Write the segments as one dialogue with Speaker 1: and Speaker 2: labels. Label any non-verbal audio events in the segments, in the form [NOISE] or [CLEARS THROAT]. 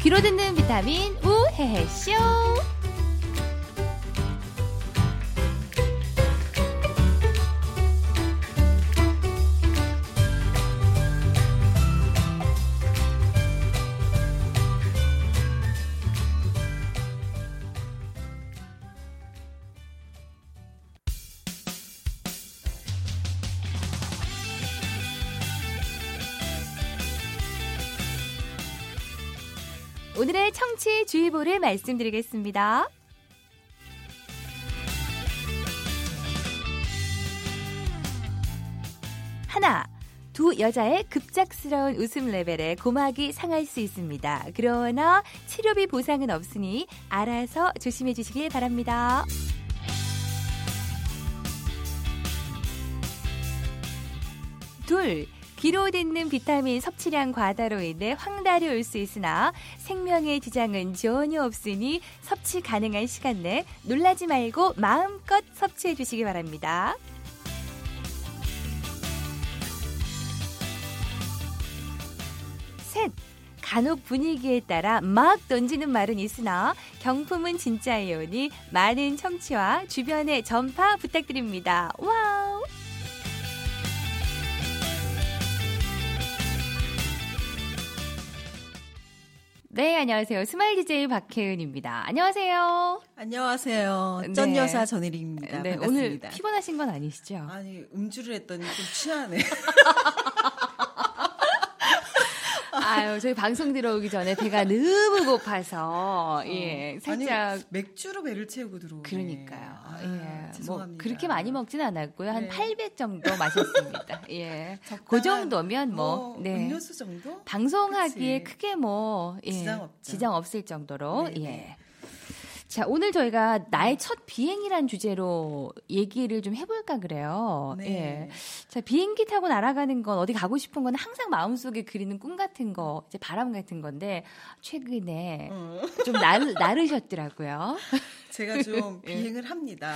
Speaker 1: 귀로 듣는 비타민 우헤헤쇼. 오늘의 청취 주의보를 말씀드리겠습니다. 하나, 두 여자의 급작스러운 웃음 레벨에 고막이 상할 수 있습니다. 그러나 치료비 보상은 없으니 알아서 조심해 주시길 바랍니다. 둘, 귀로 듣는 비타민 섭취량 과다로 인해 황달이 올 수 있으나 생명의 지장은 전혀 없으니 섭취 가능한 시간 내 놀라지 말고 마음껏 섭취해 주시기 바랍니다. 셋. 간혹 분위기에 따라 막 던지는 말은 있으나 경품은 진짜이오니 많은 청취와 주변에 전파 부탁드립니다. 와우! 네, 안녕하세요. 스마일 DJ 박혜은입니다. 안녕하세요.
Speaker 2: 안녕하세요.
Speaker 1: 네.
Speaker 2: 쩐 여사 전혜림입니다.
Speaker 1: 네, 오늘
Speaker 2: 반갑습니다.
Speaker 1: 피곤하신 건 아니시죠?
Speaker 2: 아니 음주를 했더니 좀
Speaker 1: [LAUGHS]
Speaker 2: 취하네.
Speaker 1: 아유, 저희 방송 들어오기 전에 배가 너무 고파서 예, 살짝
Speaker 2: 어. 아니, 맥주로 배를 채우고 들어오네.
Speaker 1: 그러니까요.
Speaker 2: 아,
Speaker 1: 예.
Speaker 2: 죄송합니다.
Speaker 1: 뭐 그렇게 많이 먹진 않았고요. 한
Speaker 2: 네.
Speaker 1: 800 정도 마셨습니다. 예. 그
Speaker 2: [LAUGHS] 적당한
Speaker 1: 정도면 뭐,
Speaker 2: 뭐
Speaker 1: 네.
Speaker 2: 음료수 정도?
Speaker 1: 방송하기에
Speaker 2: 그치.
Speaker 1: 크게 뭐 예,
Speaker 2: 지장 없죠.
Speaker 1: 지장 없을 정도로
Speaker 2: 네네.
Speaker 1: 예. 자 오늘 저희가 나의 첫 비행이란 주제로 얘기를 좀 해볼까 그래요.
Speaker 2: 네.
Speaker 1: 예. 자 비행기 타고 날아가는 건 어디 가고 싶은 건 항상 마음속에 그리는 꿈 같은 거, 이제 바람 같은 건데 최근에
Speaker 2: 어,
Speaker 1: 좀 날, [LAUGHS] 나르셨더라고요. [LAUGHS]
Speaker 2: 제가 좀 비행을 합니다.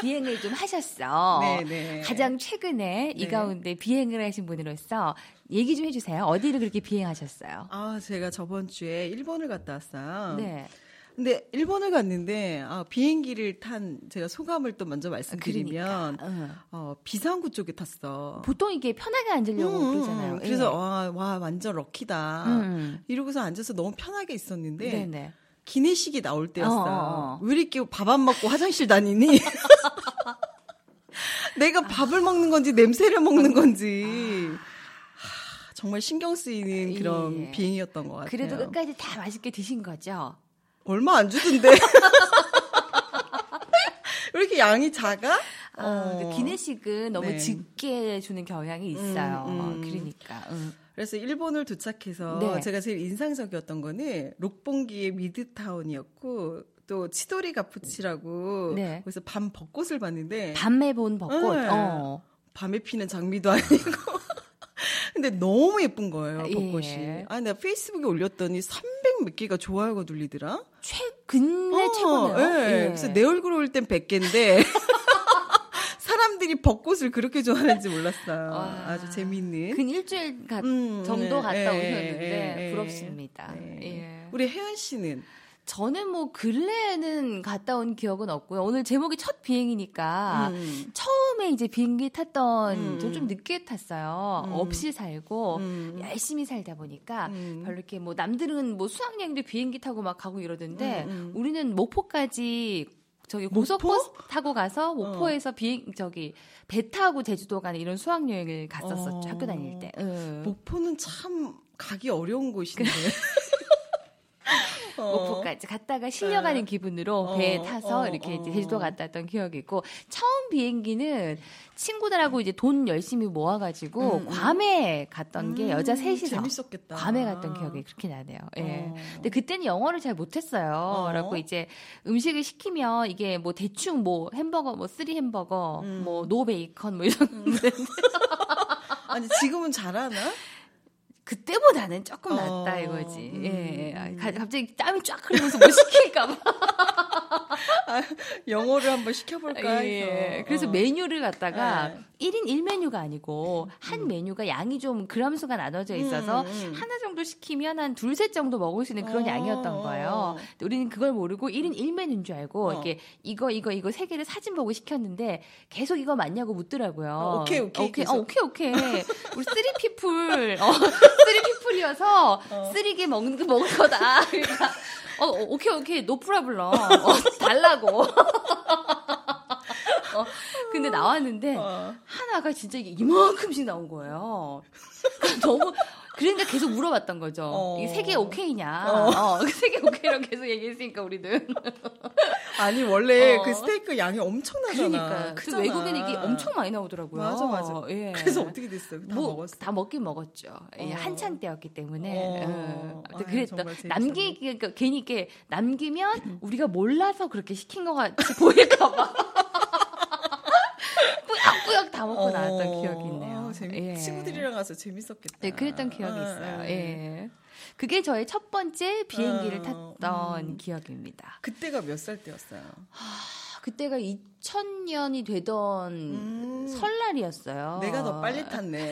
Speaker 1: 비행을 좀 예. [LAUGHS] 하셨어.
Speaker 2: 네네.
Speaker 1: 가장 최근에 이
Speaker 2: 네.
Speaker 1: 가운데 비행을 하신 분으로서 얘기 좀 해주세요. 어디를 그렇게 비행하셨어요?
Speaker 2: 아 제가 저번 주에 일본을 갔다 왔어요.
Speaker 1: 네.
Speaker 2: 근데 일본을 갔는데 아, 비행기를 탄 제가 소감을 또
Speaker 1: 아,
Speaker 2: 먼저
Speaker 1: 그러니까.
Speaker 2: 말씀드리면
Speaker 1: 응.
Speaker 2: 어, 비상구 쪽에 탔어.
Speaker 1: 보통 이게 편하게 앉으려고
Speaker 2: 음,
Speaker 1: 그러잖아요. 예.
Speaker 2: 그래서 아, 와, 와 완전 럭키다.
Speaker 1: 음.
Speaker 2: 이러고서 앉아서 너무 편하게 있었는데
Speaker 1: 네네.
Speaker 2: 기내식이 나올 때였어요.
Speaker 1: 어, 어, 어.
Speaker 2: 왜 이렇게 밥 안 먹고 화장실 다니니? [LAUGHS] 내가 밥을 먹는 건지 냄새를 먹는 건지 하, 정말 신경 쓰이는 그런
Speaker 1: 예.
Speaker 2: 비행이었던 것 같아요.
Speaker 1: 그래도 그러니까 끝까지 다 맛있게 드신 거죠?
Speaker 2: 얼마 안 주던데. [LAUGHS] 왜 이렇게 양이 작아?
Speaker 1: 아,
Speaker 2: 어.
Speaker 1: 그 기내식은 너무
Speaker 2: 네.
Speaker 1: 짙게 주는 경향이 있어요.
Speaker 2: 음, 음.
Speaker 1: 그러니까. 응.
Speaker 2: 그래서 일본을 도착해서
Speaker 1: 네.
Speaker 2: 제가 제일 인상적이었던 거는 록봉기의 미드타운이었고 또 치도리 가푸치라고
Speaker 1: 네.
Speaker 2: 거기서 밤 벚꽃을 봤는데
Speaker 1: 밤에 본 벚꽃.
Speaker 2: 네.
Speaker 1: 어.
Speaker 2: 밤에 피는 장미도 아니고 [LAUGHS] 근데 너무 예쁜 거예요
Speaker 1: 예.
Speaker 2: 벚꽃이 아 내가 페이스북에 올렸더니 300몇 개가 좋아요가 눌리더라
Speaker 1: 최 근래
Speaker 2: 어,
Speaker 1: 최고네요.
Speaker 2: 예.
Speaker 1: 예.
Speaker 2: 그래서 내 얼굴 올 땐 100개인데 [LAUGHS] 사람들이 벚꽃을 그렇게 좋아하는지 몰랐어요
Speaker 1: 와.
Speaker 2: 아주 재미있는
Speaker 1: 근 일주일 가-
Speaker 2: 음,
Speaker 1: 정도
Speaker 2: 네,
Speaker 1: 갔다
Speaker 2: 예,
Speaker 1: 오셨는데
Speaker 2: 예, 예.
Speaker 1: 부럽습니다.
Speaker 2: 네.
Speaker 1: 예.
Speaker 2: 우리 혜연 씨는
Speaker 1: 저는 뭐 근래에는 갔다 온 기억은 없고요. 오늘 제목이 첫 비행이니까
Speaker 2: 음,
Speaker 1: 처음에 이제 비행기 탔던
Speaker 2: 음.
Speaker 1: 저좀 늦게 탔어요.
Speaker 2: 음.
Speaker 1: 없이 살고
Speaker 2: 음.
Speaker 1: 열심히 살다 보니까
Speaker 2: 음.
Speaker 1: 어, 별로 이렇게 뭐 남들은 뭐 수학여행도 비행기 타고 막 가고 이러던데
Speaker 2: 음, 음.
Speaker 1: 우리는 목포까지 저기
Speaker 2: 목포? 어.
Speaker 1: 고속버스 타고 가서 목포에서 비행 저기 배 타고 제주도 가는 이런 수학여행을 갔었었죠
Speaker 2: 어.
Speaker 1: 학교 다닐 때. 예. 응.
Speaker 2: 목포는 참 가기 어려운 곳인데 [LAUGHS] 어.
Speaker 1: 목포까지 갔다가 실려가는
Speaker 2: 네.
Speaker 1: 기분으로
Speaker 2: 어,
Speaker 1: 배에 타서
Speaker 2: 어,
Speaker 1: 이렇게 이제
Speaker 2: 어.
Speaker 1: 제주도 갔다 왔던 기억이 있고 처음 비행기는 친구들하고 이제 돈 열심히 모아가지고
Speaker 2: 음, 음.
Speaker 1: 괌에 갔던 게
Speaker 2: 음,
Speaker 1: 여자 셋이서
Speaker 2: 재밌었겠다.
Speaker 1: 괌에 갔던 기억이 그렇게 나네요. 예.
Speaker 2: 어.
Speaker 1: 근데 그때는 영어를 잘 못했어요.
Speaker 2: 어.
Speaker 1: 그래갖고 이제 음식을 시키면 이게 뭐 대충 뭐 햄버거 뭐 쓰리 햄버거
Speaker 2: 음.
Speaker 1: 뭐 노 베이컨 뭐 이런 건데 [LAUGHS]
Speaker 2: 아니 지금은 잘하나?
Speaker 1: 그때보다는 조금
Speaker 2: 어.
Speaker 1: 낫다 이거지. 뭐 예, 예. 아,
Speaker 2: 음.
Speaker 1: 가- 갑자기 땀이 쫙 흘리면서 못 시킬까봐.
Speaker 2: 아, 영어를 한번 시켜볼까 해서.
Speaker 1: 예. 그래서
Speaker 2: 어.
Speaker 1: 메뉴를 갖다가
Speaker 2: 네.
Speaker 1: 1인 1메뉴가 아니고 한 메뉴가 양이 좀 그람수가 나눠져 있어서
Speaker 2: 음, 음.
Speaker 1: 하나 정도 시키면 한 둘 셋 정도 먹을 수 있는 그런
Speaker 2: 어,
Speaker 1: 양이었던
Speaker 2: 어.
Speaker 1: 거예요. 근데 우리는 그걸 모르고 1인 1메뉴인 줄 알고
Speaker 2: 어.
Speaker 1: 이렇게 이거 이거 이거 세 개를 사진 보고 시켰는데 계속 이거 맞냐고 묻더라고요.
Speaker 2: 어, 오케이, 오케이.
Speaker 1: 오케이 어,
Speaker 2: 그래서.
Speaker 1: 오케이
Speaker 2: [LAUGHS]
Speaker 1: 오케이. 우리 쓰리 피플 어, 쓰리 피플이어서
Speaker 2: 어.
Speaker 1: 쓰리게 먹는 먹을 거다. 그러니까 어, 어, 오케이 오케이 노프라블럼 어, 달라고. [LAUGHS] 어, 근데 나왔는데
Speaker 2: 어.
Speaker 1: 하나가 진짜 이게 이만큼씩 나온 거예요. 그러니까 너무 그러니까 계속 물어봤던 거죠.
Speaker 2: 어.
Speaker 1: 이게 세 개 오케이냐?
Speaker 2: 어.
Speaker 1: 어, [LAUGHS] 세 개 오케이라고 계속 얘기했으니까 우리는.
Speaker 2: 아니 원래
Speaker 1: 어.
Speaker 2: 그 스테이크 양이 엄청나잖아.
Speaker 1: 그러니까 그
Speaker 2: 크잖아.
Speaker 1: 외국인 이게 엄청 많이 나오더라고요.
Speaker 2: 맞아 맞아.
Speaker 1: 예.
Speaker 2: 그래서 어떻게 됐어요? 다
Speaker 1: 뭐,
Speaker 2: 먹었어.
Speaker 1: 다 먹긴 먹었죠. 예,
Speaker 2: 어.
Speaker 1: 한창 때였기 때문에.
Speaker 2: 어.
Speaker 1: 어. 아무튼
Speaker 2: 아유,
Speaker 1: 그랬던
Speaker 2: 정말 재밌었네. 음.
Speaker 1: 남기 그러니까 괜히 이게 남기면 우리가 몰라서 그렇게 시킨 것 같이 보일까 봐. [LAUGHS] 꾸역꾸역 다 먹고 나왔던
Speaker 2: 어.
Speaker 1: 기억이 있네요.
Speaker 2: 아, 재밌,
Speaker 1: 예.
Speaker 2: 친구들이랑 가서 재밌었겠다.
Speaker 1: 네, 그랬던 기억이
Speaker 2: 아,
Speaker 1: 있어요.
Speaker 2: 아, 아.
Speaker 1: 예. 그게 저의 첫 번째 비행기를
Speaker 2: 어,
Speaker 1: 탔던
Speaker 2: 음.
Speaker 1: 기억입니다.
Speaker 2: 그때가 몇 살 때였어요?
Speaker 1: 아, 그때가 2000년이 되던
Speaker 2: 음.
Speaker 1: 설날이었어요.
Speaker 2: 내가 더 빨리 탔네.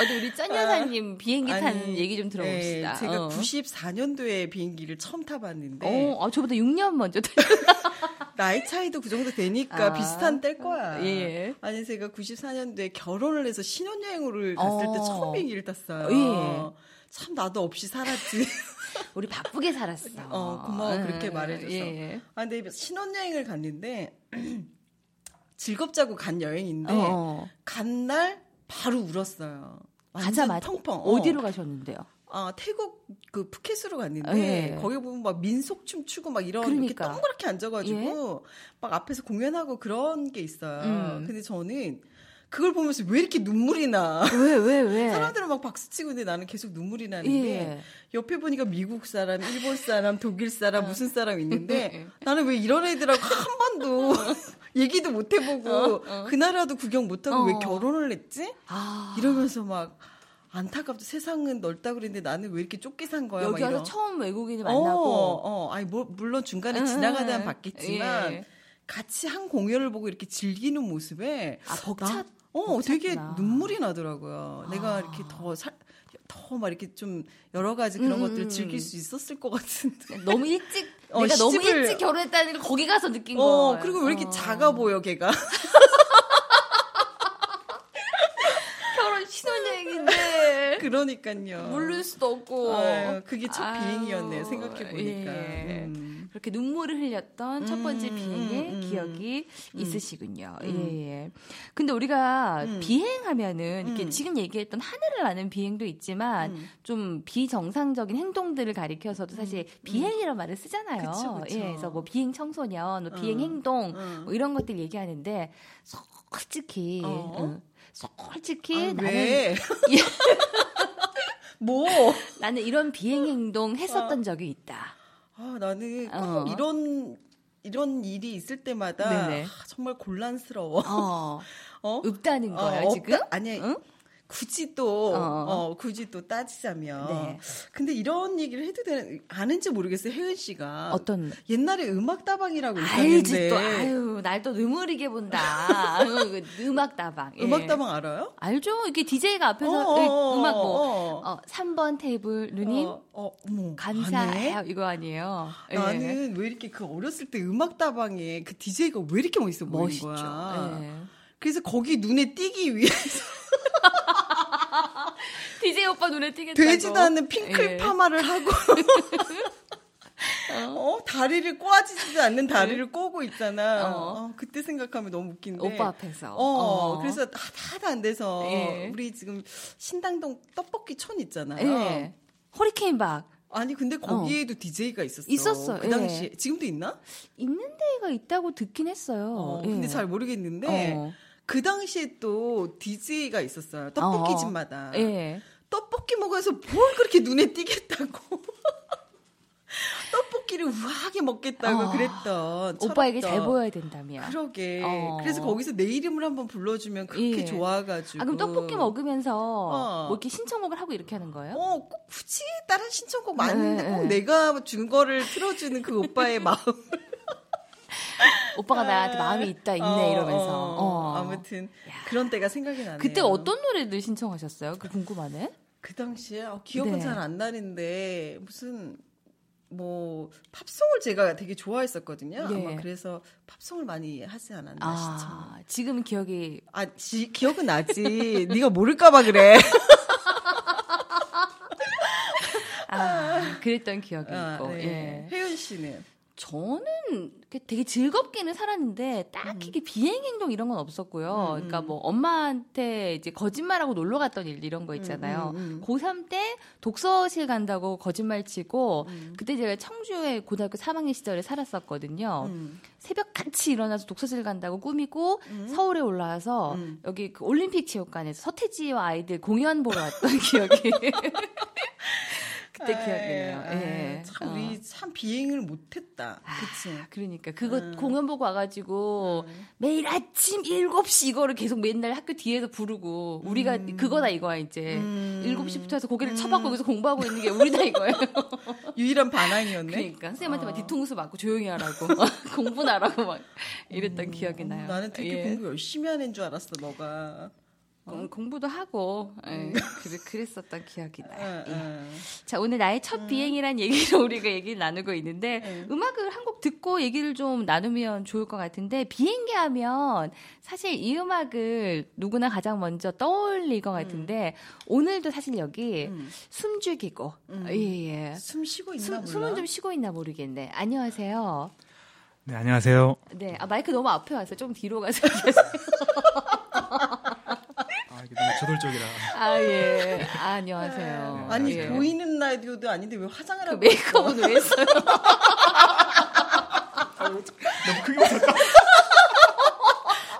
Speaker 1: 어디 우리 쩐 여사님 [LAUGHS] 비행기
Speaker 2: 아니,
Speaker 1: 타는 얘기 좀 들어봅시다.
Speaker 2: 네, 제가 네.
Speaker 1: 어.
Speaker 2: 94년도에 비행기를 처음 타봤는데
Speaker 1: 어, 아, 저보다 6년 먼저 탔
Speaker 2: 나이 차이도 그 정도 되니까
Speaker 1: 아.
Speaker 2: 비슷한 때일 거야.
Speaker 1: 예.
Speaker 2: 아니 제가 94년도에 결혼을 해서 신혼여행으로 갔을 때
Speaker 1: 어.
Speaker 2: 처음 비행기를 탔어요.
Speaker 1: 예.
Speaker 2: 참 나도 없이 살았지.
Speaker 1: [LAUGHS]
Speaker 2: [LAUGHS]
Speaker 1: 우리 바쁘게 살았어.
Speaker 2: 어, 고마워. 그렇게
Speaker 1: 음,
Speaker 2: 말해줘서.
Speaker 1: 예.
Speaker 2: 아 근데 신혼여행을 갔는데 [CLEARS THROAT] 즐겁자고 간 여행인데
Speaker 1: 어,
Speaker 2: 간 날 바로 울었어요. 완전
Speaker 1: 가자마자
Speaker 2: 펑펑. 어.
Speaker 1: 어디로 가셨는데요?
Speaker 2: 아, 태국 그 푸켓으로 갔는데
Speaker 1: 예.
Speaker 2: 거기 보면 막 민속춤 추고 막 이런
Speaker 1: 그러니까. 예?
Speaker 2: 이렇게 동그랗게 앉아가지고 막 앞에서 공연하고 그런 게 있어요.
Speaker 1: 음.
Speaker 2: 근데 저는 그걸 보면서 왜 이렇게 눈물이 나?
Speaker 1: 왜, 왜, 왜?
Speaker 2: 사람들은 막 박수 치고 있는데 나는 계속 눈물이 나는 게
Speaker 1: 네. 예.
Speaker 2: 옆에 보니까 미국 사람, 일본 사람, 독일 사람 무슨
Speaker 1: [LAUGHS]
Speaker 2: 사람
Speaker 1: 예.
Speaker 2: 있는데 나는 왜 이런 애들하고
Speaker 1: [LAUGHS]
Speaker 2: 한 번도 얘기도 못 해보고 그 나라도 구경 못 하고 왜
Speaker 1: 어.
Speaker 2: 결혼을 했지?
Speaker 1: 아,
Speaker 2: 이러면서 막 안타깝다 세상은 넓다 그랬는데 나는 왜 이렇게 쫓기 산 거야
Speaker 1: 여기
Speaker 2: 막
Speaker 1: 와서
Speaker 2: 이런.
Speaker 1: 처음 외국인을
Speaker 2: 어,
Speaker 1: 만나고.
Speaker 2: 어, 아니 뭐, 물론 중간에
Speaker 1: 음,
Speaker 2: 지나가다
Speaker 1: 음,
Speaker 2: 봤겠지만
Speaker 1: 예.
Speaker 2: 같이 한 공연을 보고 이렇게 즐기는 모습에
Speaker 1: 아, 벅차.
Speaker 2: 나- 어 되게
Speaker 1: 벅찼구나.
Speaker 2: 눈물이 나더라고요. 내가 이렇게 더더막 이렇게 좀 여러 가지 그런
Speaker 1: 음, 음,
Speaker 2: 것들을
Speaker 1: 음.
Speaker 2: 즐길 수 있었을 것 같은데.
Speaker 1: 너무 일찍,
Speaker 2: [LAUGHS] 어,
Speaker 1: 내가 너무
Speaker 2: 시집을-
Speaker 1: 일찍 결혼했다는 걸 거기 가서 느낀
Speaker 2: 어
Speaker 1: 거예요.
Speaker 2: 그리고 왜 이렇게
Speaker 1: 어.
Speaker 2: 작아 보여 걔가? [LAUGHS]
Speaker 1: 결혼
Speaker 2: [LAUGHS]
Speaker 1: 신혼여행인데.
Speaker 2: 그러니까요.
Speaker 1: 물릴 수도 없고.
Speaker 2: 아유, 그게 첫
Speaker 1: 아유,
Speaker 2: 비행이었네요. 생각해 보니까.
Speaker 1: 예.
Speaker 2: 음.
Speaker 1: 그렇게 눈물을 흘렸던 첫 번째
Speaker 2: 음,
Speaker 1: 비행의
Speaker 2: 음,
Speaker 1: 기억이
Speaker 2: 음.
Speaker 1: 있으시군요.
Speaker 2: 음.
Speaker 1: 예, 예. 근데 우리가
Speaker 2: 음.
Speaker 1: 비행하면은 이렇게
Speaker 2: 음.
Speaker 1: 지금 얘기했던 하늘을 나는 비행도 있지만
Speaker 2: 음.
Speaker 1: 좀 비정상적인 행동들을 가리켜서도 사실 비행이라는 말을 쓰잖아요.
Speaker 2: 음. 그쵸, 그쵸.
Speaker 1: 예, 그래서 뭐 비행 청소년, 뭐
Speaker 2: 어.
Speaker 1: 비행 행동
Speaker 2: 어.
Speaker 1: 뭐 이런 것들 얘기하는데 솔직히
Speaker 2: 어?
Speaker 1: 응, 솔직히
Speaker 2: 아,
Speaker 1: 나는 [LAUGHS]
Speaker 2: 왜? 뭐?
Speaker 1: 나는 이런 비행 행동
Speaker 2: 어.
Speaker 1: 했었던 적이 있다.
Speaker 2: 아, 나는 꼭
Speaker 1: 어.
Speaker 2: 이런 이런 일이 있을 때마다
Speaker 1: 네네.
Speaker 2: 아, 정말 곤란스러워.
Speaker 1: 어,
Speaker 2: 어?
Speaker 1: 없다는 거예요
Speaker 2: 어,
Speaker 1: 지금.
Speaker 2: 없다- 아니
Speaker 1: 응?
Speaker 2: 굳이 또
Speaker 1: 어.
Speaker 2: 어. 굳이 또 따지자면
Speaker 1: 네.
Speaker 2: 근데 이런 얘기를 해도 되는 아는지 모르겠어요 혜은 씨가
Speaker 1: 어떤
Speaker 2: 옛날에 음악 다방이라고
Speaker 1: 알지
Speaker 2: 있었는데
Speaker 1: 또 아유 날 또 눈물이게
Speaker 2: [LAUGHS]
Speaker 1: 본다 그 음악 다방 예.
Speaker 2: 음악 다방 알아요?
Speaker 1: 알죠 이렇게 DJ가 앞에서
Speaker 2: 어,
Speaker 1: 이
Speaker 2: 어,
Speaker 1: 음악 뭐
Speaker 2: 어, 어.
Speaker 1: 어, 3번 테이블 누님
Speaker 2: 어, 어, 어머,
Speaker 1: 감사해요
Speaker 2: 안 해?
Speaker 1: 이거 아니에요 예.
Speaker 2: 나는 왜 이렇게 그 어렸을 때 음악 다방에 그 DJ가 왜 이렇게 멋있어 보이는
Speaker 1: 멋있죠
Speaker 2: 거야?
Speaker 1: 예.
Speaker 2: 그래서 거기 눈에 띄기 위해서
Speaker 1: DJ 오빠 눈에 띄겠다고
Speaker 2: 되지도 않는 핑클
Speaker 1: 예. [LAUGHS]
Speaker 2: 파마를 하고 어, 다리를 꼬아지지도 않는 다리를 꼬고 있잖아.
Speaker 1: 예. 어.
Speaker 2: 어, 그때 생각하면 너무 웃긴데.
Speaker 1: 오빠 앞에서
Speaker 2: 어, 그래서 다- 다도 안 돼서
Speaker 1: 예.
Speaker 2: 우리 지금 신당동 떡볶이 촌 있잖아요.
Speaker 1: 예. 허리케인 박
Speaker 2: 아니 근데 거기에도 DJ가 있었어.
Speaker 1: 있었어요.
Speaker 2: 그
Speaker 1: 예.
Speaker 2: 당시에 지금도 있나?
Speaker 1: 있는 데가 있다고 듣긴 했어요
Speaker 2: 어,
Speaker 1: 예.
Speaker 2: 근데 잘 모르겠는데
Speaker 1: 어.
Speaker 2: 그 당시에 또 DJ가 있었어요. 떡볶이
Speaker 1: 어.
Speaker 2: 집마다.
Speaker 1: 예.
Speaker 2: [LAUGHS] 떡볶이 먹어서 뭘 그렇게 눈에 띄겠다고. 떡볶이 떡볶이를 우아하게 먹겠다고
Speaker 1: 어.
Speaker 2: 그랬던
Speaker 1: 오빠에게 잘
Speaker 2: 철없던.
Speaker 1: 보여야 된다며.
Speaker 2: 그러게.
Speaker 1: 어.
Speaker 2: 그래서 거기서 내 이름을 한번 불러주면 그렇게
Speaker 1: 예.
Speaker 2: 좋아가지고.
Speaker 1: 아, 그럼 떡볶이 먹으면서
Speaker 2: 어.
Speaker 1: 뭐 이렇게 신청곡을 하고 이렇게 하는 거예요?
Speaker 2: 어, 꼭 굳이 다른 신청곡 많은데
Speaker 1: 네,
Speaker 2: 꼭
Speaker 1: 네.
Speaker 2: 내가 준 거를 틀어주는 그
Speaker 1: [LAUGHS]
Speaker 2: 오빠의 마음.
Speaker 1: 오빠가 나한테 마음이 있다, 있네,
Speaker 2: 어,
Speaker 1: 이러면서.
Speaker 2: 어.
Speaker 1: 어.
Speaker 2: 아무튼 그런 때가 생각이 나네요.
Speaker 1: 그때 어떤 노래를 신청하셨어요? 그 궁금하네.
Speaker 2: 그 당시에 어, 기억은
Speaker 1: 네.
Speaker 2: 잘 안 나는데 무슨 뭐 팝송을 제가 되게 좋아했었거든요.
Speaker 1: 예.
Speaker 2: 아마 그래서 팝송을 많이 하지 않았나 시청.
Speaker 1: 아, 지금 기억이
Speaker 2: 아, 지-
Speaker 1: [LAUGHS]
Speaker 2: 기억은 나지. 네가 모를까봐 그래.
Speaker 1: 아, 그랬던 기억이
Speaker 2: 아,
Speaker 1: 있고.
Speaker 2: 네.
Speaker 1: 예.
Speaker 2: 혜윤 씨는
Speaker 1: 저는 이렇게 되게 즐겁게는 살았는데
Speaker 2: 음.
Speaker 1: 딱히 이게 비행 행동 이런 건 없었고요. 그러니까 뭐 엄마한테 이제 거짓말하고 놀러 갔던 일 이런 거 있잖아요.
Speaker 2: 음, 음, 음.
Speaker 1: 고3 때 독서실 간다고 거짓말 치고
Speaker 2: 음.
Speaker 1: 그때 제가 청주에 고등학교 3학년 시절에 살았었거든요.
Speaker 2: 음.
Speaker 1: 새벽 같이 일어나서 독서실 간다고 꾸미고 서울에 올라와서
Speaker 2: 음.
Speaker 1: 여기 그 올림픽 체육관에서 서태지와 아이들 공연 보러 왔던 [LAUGHS] 기억이 그때
Speaker 2: 아이,
Speaker 1: 기억이네요.
Speaker 2: 아이,
Speaker 1: 예.
Speaker 2: 참
Speaker 1: 어.
Speaker 2: 우리 참 비행을 못했다. 그치.
Speaker 1: 그러니까 그거
Speaker 2: 음.
Speaker 1: 공연 보고 와가지고 매일 아침 7시 이거를 계속 맨날 학교 뒤에서 부르고 우리가 그거다 이거야 이제
Speaker 2: 음.
Speaker 1: 예.
Speaker 2: 네?
Speaker 1: 7시부터 해서 고개를 쳐박고 여기서 공부하고 있는 게 우리다
Speaker 2: [LAUGHS]
Speaker 1: 이거예요.
Speaker 2: 유일한 반항이었네.
Speaker 1: 그러니까 선생님한테 막
Speaker 2: 어.
Speaker 1: 뒤통수 맞고 조용히
Speaker 2: [LAUGHS]
Speaker 1: 하라고 공부나라고 막 이랬던 [LAUGHS] 기억이 나요.
Speaker 2: 음, 나는 되게
Speaker 1: 예. 어,
Speaker 2: 공부 열심히 하는 줄 알았어, 너가.
Speaker 1: 공- 공부도 하고
Speaker 2: 음.
Speaker 1: 예. 그래- 그랬었던 기억이
Speaker 2: 어,
Speaker 1: 나요. 예.
Speaker 2: 어.
Speaker 1: 자 오늘 나의 첫 비행이란 얘기로 [LAUGHS] 우리가 얘기를 나누고 있는데
Speaker 2: 음. 네.
Speaker 1: 음악을 한 곡 듣고 얘기를 좀 나누면 좋을 것 같은데 비행기 하면 사실 이 음악을 누구나 가장 먼저 떠올릴 것 같은데 오늘도 사실 여기
Speaker 2: 음.
Speaker 1: 숨죽이고 아,
Speaker 2: 음.
Speaker 1: 예예
Speaker 2: 숨 쉬고 있나
Speaker 1: 숨,
Speaker 2: 몰라.
Speaker 1: 숨은 좀 쉬고 있나 모르겠네 안녕하세요
Speaker 3: 네, 안녕하세요.
Speaker 1: 네 아, 마이크 너무 앞에 와서 좀 뒤로
Speaker 2: [LAUGHS]
Speaker 1: 가서 얘기하세요
Speaker 3: 아, 이게 너무 저돌적이라.
Speaker 1: 아예 아, 안녕하세요
Speaker 2: 네. 아니
Speaker 1: 예.
Speaker 2: 보이는 라디오도 아닌데 왜 화장을
Speaker 1: 그
Speaker 2: 하고
Speaker 1: 메이크업은 왜 했어요
Speaker 3: 너무 크게 웃었다.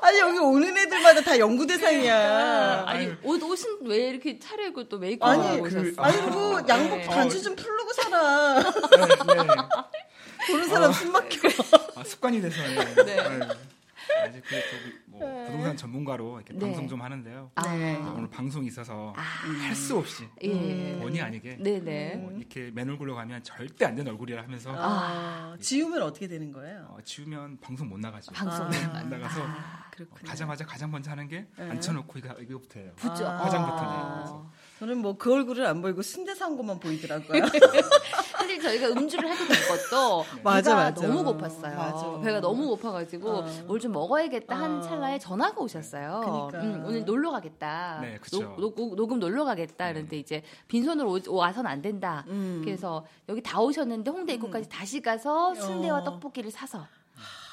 Speaker 2: 아니 여기 오는 애들마다 다 연구
Speaker 1: 그러니까.
Speaker 2: 대상이야.
Speaker 1: 아니
Speaker 3: 아유.
Speaker 1: 옷 옷은 왜 이렇게 차려입고 또 메이크업을
Speaker 2: 아니,
Speaker 1: 하고
Speaker 3: 그-
Speaker 1: 오셨어?
Speaker 2: 아니 그리고 양복
Speaker 1: 네.
Speaker 2: 단추 좀 풀르고 살아. [LAUGHS]
Speaker 3: 네, 네.
Speaker 2: 보는 사람 숨 막혀.
Speaker 3: 아, 습관이 돼서. 네.
Speaker 1: 네.
Speaker 3: 아, 이제 그 저기 뭐 부동산 전문가로 이렇게
Speaker 1: 네.
Speaker 3: 방송 좀 하는데요.
Speaker 2: 네.
Speaker 1: 아,
Speaker 3: 오늘 방송이 있어서 할 수 없이
Speaker 1: 예.
Speaker 3: 본의 음, 아니게
Speaker 1: 네네.
Speaker 3: 뭐 이렇게 맨 얼굴로 가면 절대 안 되는 얼굴이라 하면서
Speaker 2: 아, 지우면 어떻게 되는 거예요?
Speaker 3: 어, 지우면 방송 못 나가죠.
Speaker 1: 방송.
Speaker 3: 네, 못 나가서
Speaker 1: 아,
Speaker 3: 어,
Speaker 2: 아, 그렇군요.
Speaker 3: 가자마자 가장 먼저 하는 게 앉혀놓고 이거 이거부터 해요.
Speaker 1: 부죠.
Speaker 2: 아.
Speaker 3: 화장부터네요. 그래서.
Speaker 2: 저는 뭐 그 얼굴을 안 보이고 순대 사온
Speaker 1: [LAUGHS]
Speaker 2: 것만 보이더라고요.
Speaker 1: 사실 저희가 음주를 하게 된 것도
Speaker 2: [LAUGHS] 맞아,
Speaker 1: 배가
Speaker 2: 맞아.
Speaker 1: 너무 고팠어요.
Speaker 2: 맞아.
Speaker 1: 배가 너무 고파가지고
Speaker 2: 어.
Speaker 1: 뭘 좀 먹어야겠다 하는
Speaker 2: 어.
Speaker 1: 찰나에 전화가 오셨어요.
Speaker 2: 그러니까.
Speaker 1: 음, 오늘 놀러 가겠다.
Speaker 3: 네, 그쵸. 네.
Speaker 1: 녹, 녹, 녹음 놀러 가겠다. 그런데 이제 빈손으로 오, 와선 안 된다.
Speaker 2: 음.
Speaker 1: 그래서 여기 다 오셨는데 홍대 입구까지 다시 가서 순대와
Speaker 2: 어.
Speaker 1: 떡볶이를 사서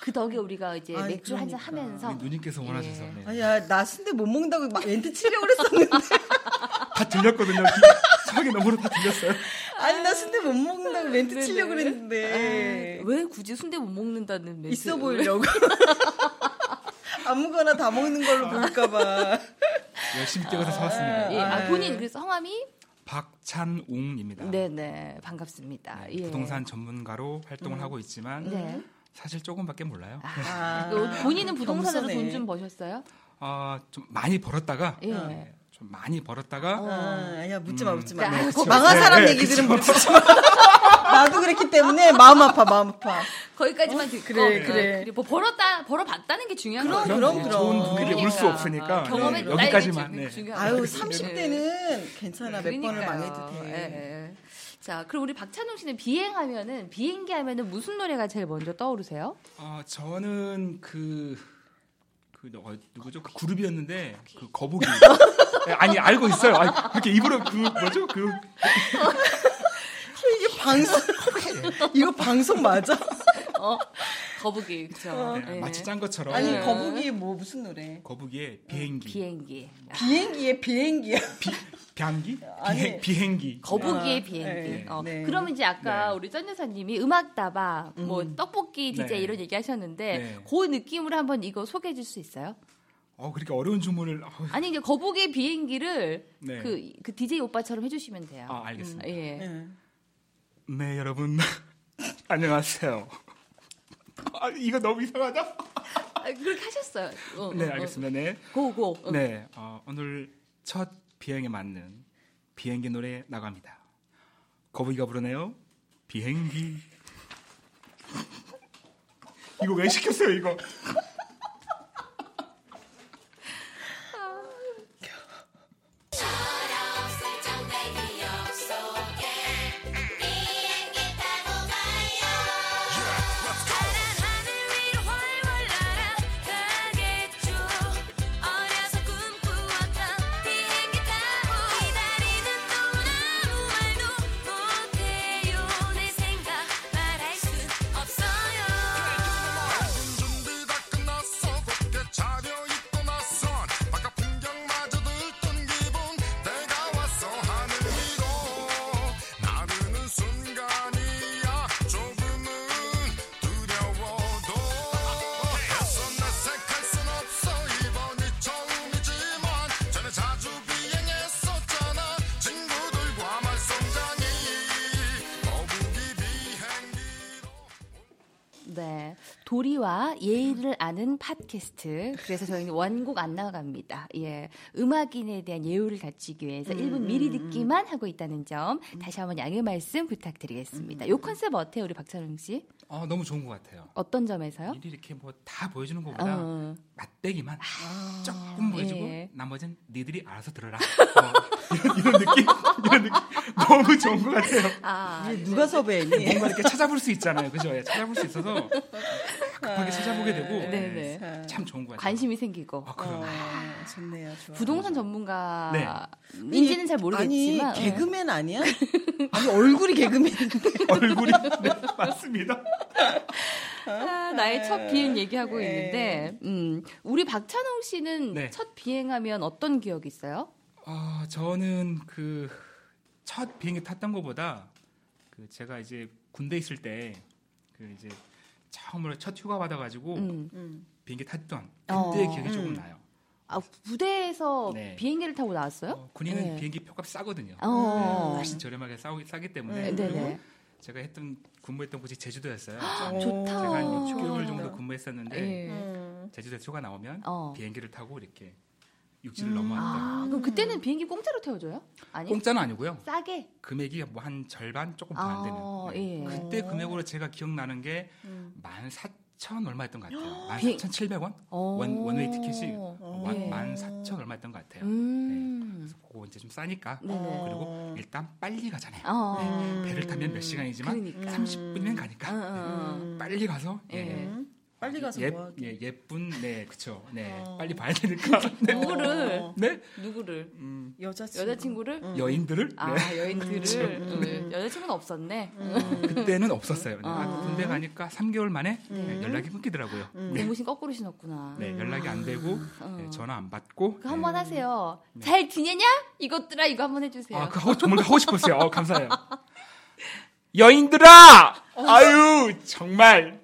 Speaker 1: 그 덕에 우리가 이제
Speaker 2: 아니,
Speaker 1: 맥주 한잔
Speaker 2: 그러니까.
Speaker 1: 하면서
Speaker 3: 우리 누님께서 원하셔서 네.
Speaker 2: 아니야 나 순대 못 먹는다고 막 멘트 치려고 그랬었는데
Speaker 3: 다 들렸거든요. 기- 저기 너머로 다 들렸어요.
Speaker 2: 아니 나 순대 못 먹는다고 멘트
Speaker 1: 네네.
Speaker 2: 치려고 그랬는데
Speaker 1: 아, 왜 굳이 순대 못 먹는다는 멘트
Speaker 2: 네. 있어 보이려고 네, 그 [LAUGHS] 아무거나 다 먹는 걸로 볼까봐
Speaker 3: 열심히 뛰어서 사왔습니다. 네.
Speaker 1: 예, 아,
Speaker 2: 아,
Speaker 1: 본인 그래서 성함이
Speaker 3: 박찬웅입니다.
Speaker 1: 네네 반갑습니다.
Speaker 3: 네,
Speaker 1: 예. 음.
Speaker 3: 부동산 전문가로 활동을 하고 있지만
Speaker 1: 네.
Speaker 3: 사실 조금밖에 몰라요.
Speaker 1: 아,
Speaker 2: 음. 아,
Speaker 1: 그 본인은 부동산으로
Speaker 2: 겸손해.
Speaker 1: 돈 좀 버셨어요?
Speaker 3: 아, 좀 많이 벌었다가
Speaker 1: 예. 어,
Speaker 3: 네, 좀 많이 벌었다가
Speaker 2: 아, 야 묻지 마 묻지 마
Speaker 1: 네,
Speaker 2: 망한
Speaker 1: 그쵸.
Speaker 3: 네,
Speaker 2: 사람
Speaker 3: 네,
Speaker 2: 얘기들은 묻지 마 [LAUGHS] 나도 그랬기 때문에 마음 아파 마음 아파
Speaker 1: 거기까지만 듣고
Speaker 2: 그래,
Speaker 1: 어,
Speaker 2: 그래.
Speaker 1: 뭐 벌었다 벌어봤다는 게 중요한
Speaker 2: 그럼,
Speaker 1: 거예요.
Speaker 2: 그럼, 그럼.
Speaker 3: 좋은 분위기에 올 수
Speaker 1: 그러니까.
Speaker 3: 없으니까
Speaker 1: 경험에
Speaker 3: 네, 여기까지만.
Speaker 1: 따이게
Speaker 3: 네.
Speaker 1: 중요한 네.
Speaker 2: 아유
Speaker 1: 거예요.
Speaker 2: 30대는 괜찮아 몇 번을 망해도 돼
Speaker 1: 예, 예. 자, 그럼 우리 박찬웅 씨는 비행하면은 비행기 하면은 무슨 노래가 제일 먼저 떠오르세요?
Speaker 3: 아, 저는 그. 그 누- 어, 누구죠? 그 그룹이었는데 그 거북이 네, 아니 알고 있어요. 아니, 그렇게 입으로 그 뭐죠? 그
Speaker 2: 이게 방송 [LAUGHS] 이거 방송 맞아
Speaker 1: 어, [LAUGHS] 거북이 그렇죠.
Speaker 3: 네, 마치 짠 것처럼
Speaker 2: 아니
Speaker 1: 네.
Speaker 2: 거북이 뭐 무슨 노래
Speaker 3: 거북이의 비행기
Speaker 1: 음, 비행기. 아,
Speaker 2: 비행기에 비행기야
Speaker 3: 비, 비행기?
Speaker 2: 아니.
Speaker 3: 비행, 비행기.
Speaker 1: 거북이의
Speaker 2: 아,
Speaker 1: 비행기.
Speaker 3: 네,
Speaker 1: 어,
Speaker 2: 네.
Speaker 1: 그러면 이제 아까
Speaker 3: 네.
Speaker 1: 우리 전 여사님이 음악다방, 뭐 떡볶이 DJ
Speaker 3: 네.
Speaker 1: 이런 얘기 하셨는데
Speaker 3: 네.
Speaker 1: 그 느낌으로 한번 이거 소개해 줄 수 있어요?
Speaker 3: 어, 그렇게 어려운 주문을. 어,
Speaker 1: 아니 이제 거북이의 비행기를
Speaker 3: 네.
Speaker 1: 그, 그 DJ 오빠처럼 해주시면 돼요. 음,
Speaker 2: 네.
Speaker 3: 아, 알겠습니다.
Speaker 1: 예.
Speaker 2: 예.
Speaker 3: 네, 여러분. [LAUGHS] 안녕하세요. 아, 이거 너무 이상하다.
Speaker 1: 아, 그렇게 하셨어요. 어, 어,
Speaker 3: 네,
Speaker 1: 어.
Speaker 3: 알겠습니다. 네.
Speaker 1: 고고. 어.
Speaker 3: 네, 어, 오늘 첫 비행에 맞는 비행기 노래 나갑니다. 거북이가 부르네요. 비행기. [LAUGHS] 이거 왜 시켰어요, 이거?
Speaker 1: 네. 도리와 예의를 아는 팟캐스트. 그래서 저희는 원곡 안 나갑니다. 예. 음악인에 대한 예우를 갖추기 위해서 1분 미리 듣기만 하고 있다는 점 다시 한번 양해 말씀 부탁드리겠습니다. 요 컨셉 어때요, 우리 박철웅 씨?
Speaker 3: 아, 너무 좋은 것 같아요.
Speaker 1: 어떤 점에서요?
Speaker 3: 일이 이렇게 뭐 다 보여주는 것보다
Speaker 1: 어. 아,
Speaker 3: 맛대기만 조금 보여주고
Speaker 1: 예.
Speaker 3: 나머지는 니들이 알아서 들어라. [LAUGHS] 뭐 이런, 이런 느낌? 이런 느낌? 너무 좋은 것 같아요.
Speaker 1: 아,
Speaker 2: 이게 누가 섭외했니?
Speaker 3: 뭔가 이렇게 찾아볼 수 있잖아요. 그죠? 예, 찾아볼 수 있어서 급하게 찾아보게 되고
Speaker 1: 네네.
Speaker 3: 예, 참 좋은 것 같아요.
Speaker 1: 관심이 생기고.
Speaker 3: 아, 그럼.
Speaker 2: 어, 좋네요. 좋아.
Speaker 1: 부동산 전문가인지는 잘 모르겠지만. 네.
Speaker 2: 아니 개그맨 아니야? 아니 얼굴이 개그맨인데
Speaker 1: [LAUGHS]
Speaker 3: [LAUGHS] 얼굴이 네, 맞습니다.
Speaker 1: 아, 나의 첫 비행 얘기하고
Speaker 2: 네.
Speaker 1: 있는데, 음, 우리 박찬홍 씨는
Speaker 3: 네.
Speaker 1: 첫 비행하면 어떤 기억이 있어요?
Speaker 3: 아, 저는 그 첫 비행기 탔던 것보다 그 제가 이제 군대 있을 때 그 이제 처음으로 첫 휴가 받아가지고
Speaker 1: [LAUGHS] 음.
Speaker 3: 비행기 탔던
Speaker 1: 어.
Speaker 3: 그때의 기억이 조금
Speaker 2: 음.
Speaker 3: 나요.
Speaker 1: 아, 부대에서
Speaker 3: 네.
Speaker 1: 비행기를 타고 나왔어요?
Speaker 3: 어, 군인은
Speaker 1: 네.
Speaker 3: 비행기 표값 싸거든요.
Speaker 1: 어.
Speaker 3: 훨씬 저렴하게 싸기, 싸기 때문에
Speaker 1: 네,
Speaker 3: 그리고
Speaker 1: 네.
Speaker 3: 제가 했던 근무했던 곳이 제주도였어요.
Speaker 1: 좋다.
Speaker 3: 아, 제가 한
Speaker 2: 아.
Speaker 1: 어.
Speaker 3: 6개월 정도 그 근무했었는데
Speaker 1: 예.
Speaker 3: 제주도에서 휴가 나오면
Speaker 1: 어.
Speaker 3: 비행기를 타고 이렇게 육지를
Speaker 2: 음.
Speaker 3: 넘어왔다.
Speaker 1: 아, 그럼 그때는 비행기 공짜로 태워줘요? 아니,
Speaker 3: 공짜는 아니고요.
Speaker 1: 싸게?
Speaker 3: 금액이 뭐 한 절반 조금 더 안
Speaker 1: 아,
Speaker 3: 되는. 네.
Speaker 1: 예.
Speaker 3: 그때
Speaker 2: 어.
Speaker 3: 금액으로 제가 기억나는 게
Speaker 2: 음.
Speaker 3: 14,000 얼마였던 것 같아요.
Speaker 1: 비행-
Speaker 3: 14,700원?
Speaker 1: 어.
Speaker 3: 원- 원웨이 티켓이 네.
Speaker 2: 어.
Speaker 1: 예.
Speaker 3: 14,000 얼마였던 것 같아요.
Speaker 1: 음.
Speaker 3: 그래서 그거 이제 좀 싸니까.
Speaker 1: 네네.
Speaker 3: 그리고
Speaker 2: 어.
Speaker 3: 일단 빨리 가잖아요.
Speaker 1: 어.
Speaker 2: 네.
Speaker 3: 배를 타면 몇 시간이지만
Speaker 1: 그러니까.
Speaker 3: 30분이면 가니까.
Speaker 1: 어, 어.
Speaker 3: 네. 빨리 가서 예.
Speaker 1: 예.
Speaker 2: 음. 빨리 가서
Speaker 3: 예,
Speaker 2: 뭐 하게.
Speaker 3: 예, 예쁜 네, 그쵸 네.
Speaker 2: 어.
Speaker 3: 빨리 봐야 되니까. 네.
Speaker 1: 누구를?
Speaker 3: 네?
Speaker 1: 누구를?
Speaker 3: 음,
Speaker 2: 여자친구.
Speaker 1: 여자친구를?
Speaker 2: 음.
Speaker 3: 여인들을
Speaker 1: 아,
Speaker 3: 네. [LAUGHS] 음.
Speaker 1: 여인들을. 음. 여자친구는 없었네.
Speaker 3: 그때는 없었어요. 네.
Speaker 1: 아. 음.
Speaker 3: 군대 가니까 3개월 만에 네, 연락이 끊기더라고요. 네.
Speaker 1: 고무신 거꾸로 신었구나.
Speaker 3: 네, 연락이 안 되고 네, 전화 안 받고
Speaker 1: 어.
Speaker 3: 네.
Speaker 1: 그 한번 하세요. 잘 지내냐? 이것들아 이거 한번 해주세요.
Speaker 3: 아, 그 하고 정말 하고 싶었어요. 어, 감사해요. [LAUGHS] 여인들아! 아유, 정말.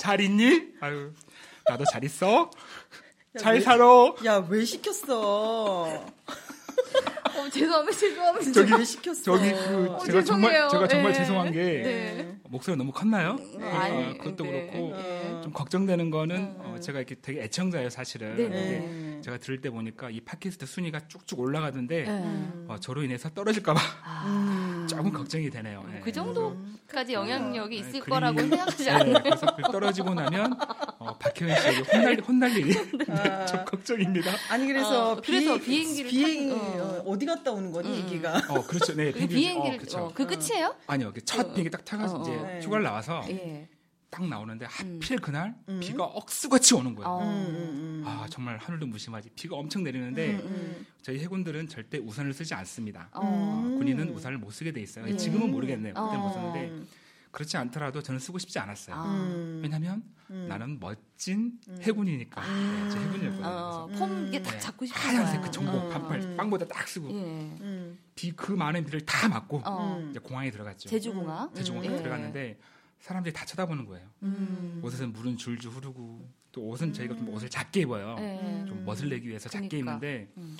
Speaker 3: 잘 있니? 아유, 나도 잘 있어? 잘
Speaker 2: 왜-
Speaker 3: 살아.
Speaker 2: 야 왜 시켰어?
Speaker 1: 어, 죄송합니다. 죄송합니다.
Speaker 2: 저기 왜 시켰어?
Speaker 3: 저기 그
Speaker 1: 어,
Speaker 3: 제가 정말
Speaker 1: 죄송해요.
Speaker 3: 제가 정말
Speaker 1: 예.
Speaker 3: 죄송한 게
Speaker 1: 네. 음.
Speaker 3: 목소리 너무 컸나요? 아,
Speaker 1: 아니,
Speaker 3: 그것도
Speaker 1: 네.
Speaker 3: 그렇고
Speaker 2: 예.
Speaker 3: 좀 걱정되는 거는 어, 제가 이렇게 되게 애청자예요, 사실은.
Speaker 1: 네,
Speaker 3: 근데
Speaker 2: 네.
Speaker 3: 제가 들을 때 보니까 이 팟캐스트 순위가 쭉쭉 올라가던데
Speaker 1: 예.
Speaker 3: 어, 저로 인해서 떨어질까봐
Speaker 1: 아,
Speaker 3: [LAUGHS] 조금 걱정이 되네요. 예.
Speaker 1: 그 정도까지 영향력이
Speaker 3: 네,
Speaker 1: 있을
Speaker 3: 그림이-
Speaker 1: 거라고 생각하지
Speaker 3: 네,
Speaker 1: 않아요.
Speaker 3: 그래서 그 떨어지고 나면 어, 박혜원 씨에게 혼날 혼날 일이
Speaker 1: [LAUGHS]
Speaker 3: 네, 좀 걱정입니다.
Speaker 2: 아니 그래서
Speaker 1: 어, 그래서 비행기를
Speaker 2: 비행
Speaker 1: 타고, 어. 음,
Speaker 2: 어. 어디 갔다 오는 거니 얘기가?
Speaker 3: 어 그렇죠. 네
Speaker 1: 그
Speaker 3: 비행기
Speaker 1: 비행기를
Speaker 3: 어, 그렇죠.
Speaker 1: 어, 그 끝이에요?
Speaker 3: 아니요 그첫 비행기 딱 타가지고
Speaker 1: 어, 어.
Speaker 3: 이제
Speaker 2: 네.
Speaker 3: 휴가를 나와서
Speaker 1: 예. 음.
Speaker 3: 딱 나오는데 하필 그날 비가 억수같이 오는 거예요.
Speaker 1: 어.
Speaker 2: 음,
Speaker 3: 아 정말 하늘도 무심하지 비가 엄청
Speaker 1: 음,
Speaker 3: 내리는데 저희 해군들은 절대 우산을 쓰지 않습니다.
Speaker 1: 어.
Speaker 3: 어, 군인은 우산을 못 쓰게 돼
Speaker 1: 음.
Speaker 3: 있어요. 지금은 모르겠네요. 그때 못
Speaker 1: 어.
Speaker 3: 썼는데 그렇지 않더라도 저는 쓰고 싶지 않았어요.
Speaker 1: 아. 음.
Speaker 2: 음.
Speaker 3: 왜냐하면 나는 멋진 해군이니까 네, 제 해군이었거든요.
Speaker 1: 아. 어,
Speaker 3: 그래서
Speaker 1: 폼 이게 딱
Speaker 3: 네,
Speaker 1: 잡고 싶은 거야.
Speaker 3: 하얀색 그 정복
Speaker 1: 어.
Speaker 3: 반팔 빵보다 딱 쓰고
Speaker 1: 예.
Speaker 2: 음.
Speaker 3: 비 그 많은 비를 다 맞고
Speaker 1: 어.
Speaker 2: 음.
Speaker 3: 이제 공항에 들어갔죠.
Speaker 1: 제주공항.
Speaker 3: 공항에
Speaker 1: 예.
Speaker 3: 음. 들어갔는데 사람들이 다 쳐다보는 거예요.
Speaker 1: 음.
Speaker 3: 옷에서는 물은 줄줄 흐르고 또 옷은 저희가 좀 옷을 작게 입어요. 음.
Speaker 1: 예.
Speaker 3: 좀 멋을 내기 위해서 작게
Speaker 1: 그러니까.
Speaker 3: 입는데
Speaker 1: 음.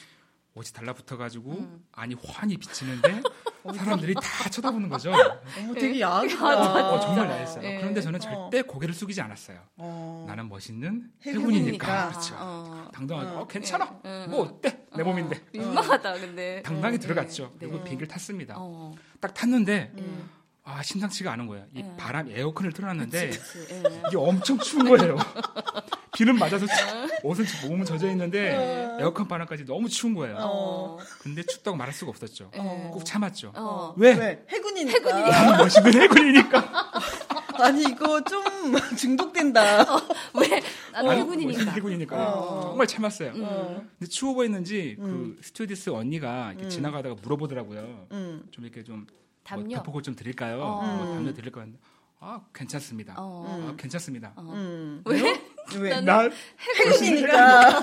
Speaker 3: 옷이 달라붙어가지고 안이
Speaker 1: [LAUGHS]
Speaker 3: 환히 비치는데
Speaker 1: 어,
Speaker 3: 사람들이 다 쳐다보는 거죠.
Speaker 2: 어머, 되게 [LAUGHS] 야하겠다.
Speaker 3: 어, 정말 나했어요.
Speaker 1: 아, 예.
Speaker 3: 그런데 저는
Speaker 2: 어.
Speaker 3: 절대 고개를 숙이지 않았어요.
Speaker 2: 어.
Speaker 3: 나는 멋있는
Speaker 2: 해군이니까.
Speaker 3: 해군이니까. 그렇죠.
Speaker 1: 어.
Speaker 3: 당당하게
Speaker 2: 어.
Speaker 3: 어, 괜찮아.
Speaker 1: 예.
Speaker 3: 뭐 어때? 내 몸인데.
Speaker 1: 민망하다 근데.
Speaker 3: 당당히
Speaker 1: 예,
Speaker 3: 들어갔죠.
Speaker 1: 예, 네.
Speaker 3: 그리고 비행기를 탔습니다.
Speaker 1: 어.
Speaker 3: 딱 탔는데
Speaker 1: 음.
Speaker 3: 아 심상치가 않은 거예요. 이
Speaker 1: 예.
Speaker 3: 바람 에어컨을 틀어놨는데
Speaker 1: 그치, 예.
Speaker 3: 이게 엄청 추운
Speaker 1: [LAUGHS]
Speaker 3: 거예요. 비는 맞아서
Speaker 1: 어.
Speaker 3: 추- 옷은 지금 몸은 젖어 있는데 에어컨 바람까지 너무 추운 거예요.
Speaker 1: 어.
Speaker 3: 근데 춥다고 말할 수가 없었죠.
Speaker 1: 예.
Speaker 3: 꼭 참았죠.
Speaker 1: 어.
Speaker 3: 왜?
Speaker 2: 왜? 해군이니까.
Speaker 3: 나는 멋있는 해군이니까.
Speaker 2: [LAUGHS] 아니 이거 좀 [LAUGHS] 중독된다.
Speaker 1: 왜? 나는
Speaker 3: 나는
Speaker 1: 아, 네. 해군이니까. 음.
Speaker 3: 멋있는 해군이니까.
Speaker 2: 어.
Speaker 3: 정말 참았어요.
Speaker 2: 어.
Speaker 3: 근데 추워 보였는지
Speaker 2: 음.
Speaker 3: 그 스튜디스 언니가 이렇게
Speaker 2: 음.
Speaker 3: 지나가다가 물어보더라고요.
Speaker 2: 음.
Speaker 3: 좀 이렇게 좀
Speaker 1: 담요?
Speaker 3: 뭐 타포골 좀 드릴까요?
Speaker 1: 어.
Speaker 3: 뭐
Speaker 2: 음.
Speaker 3: 담요 드릴까요? 했는데 아 괜찮습니다.
Speaker 1: 어.
Speaker 3: 아, 괜찮습니다.
Speaker 1: 어.
Speaker 2: 음.
Speaker 1: 왜?
Speaker 2: 왜?
Speaker 3: 날
Speaker 2: 해군이니까.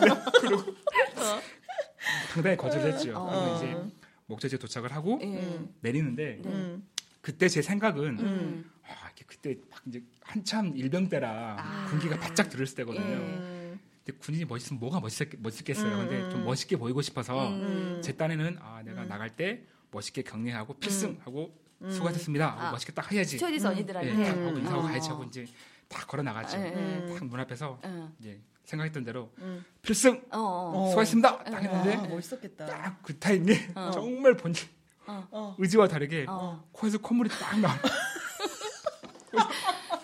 Speaker 3: 당당히 거절했죠.
Speaker 1: 어.
Speaker 3: 그리고 이제 목적지에 도착을 하고
Speaker 1: 예.
Speaker 2: 음.
Speaker 3: 내리는데
Speaker 1: 네.
Speaker 2: 음.
Speaker 3: 그때 제 생각은
Speaker 1: 음.
Speaker 3: 아, 이게 그때 막 이제 한참 일병 때라
Speaker 1: 아.
Speaker 3: 군기가 바짝 들을 때거든요.
Speaker 1: 예.
Speaker 3: 근데 군인이 멋있으면 뭐가 멋있겠, 멋있겠어요.
Speaker 2: 음,
Speaker 3: 근데 좀
Speaker 2: 음.
Speaker 3: 멋있게 보이고 싶어서
Speaker 1: 음.
Speaker 3: 제 딴에는 아 내가
Speaker 2: 음.
Speaker 3: 나갈 때 멋있게 격려하고 필승하고
Speaker 2: 음.
Speaker 3: 수고하셨습니다.
Speaker 1: 아.
Speaker 3: 하고 멋있게 딱 해야지.
Speaker 1: 스튜디스
Speaker 2: 음.
Speaker 3: 예,
Speaker 1: 언니들한테.
Speaker 3: 딱 하고 인사하고
Speaker 1: 어.
Speaker 3: 가야지 하고 이제 다 걸어 나갔죠.
Speaker 1: 예, 예.
Speaker 3: 딱 문 앞에서
Speaker 1: 어.
Speaker 3: 이제 생각했던 대로
Speaker 2: 음.
Speaker 3: 필승
Speaker 1: 어, 어. 뭐.
Speaker 2: 어.
Speaker 3: 수고하셨습니다. 딱
Speaker 2: 아,
Speaker 3: 했는데
Speaker 2: 멋있었겠다.
Speaker 3: 딱 그 타이밍에
Speaker 1: 어.
Speaker 3: 정말 본질
Speaker 2: 어.
Speaker 3: 의지와 다르게
Speaker 1: 어.
Speaker 3: 코에서 콧물이 딱 나와.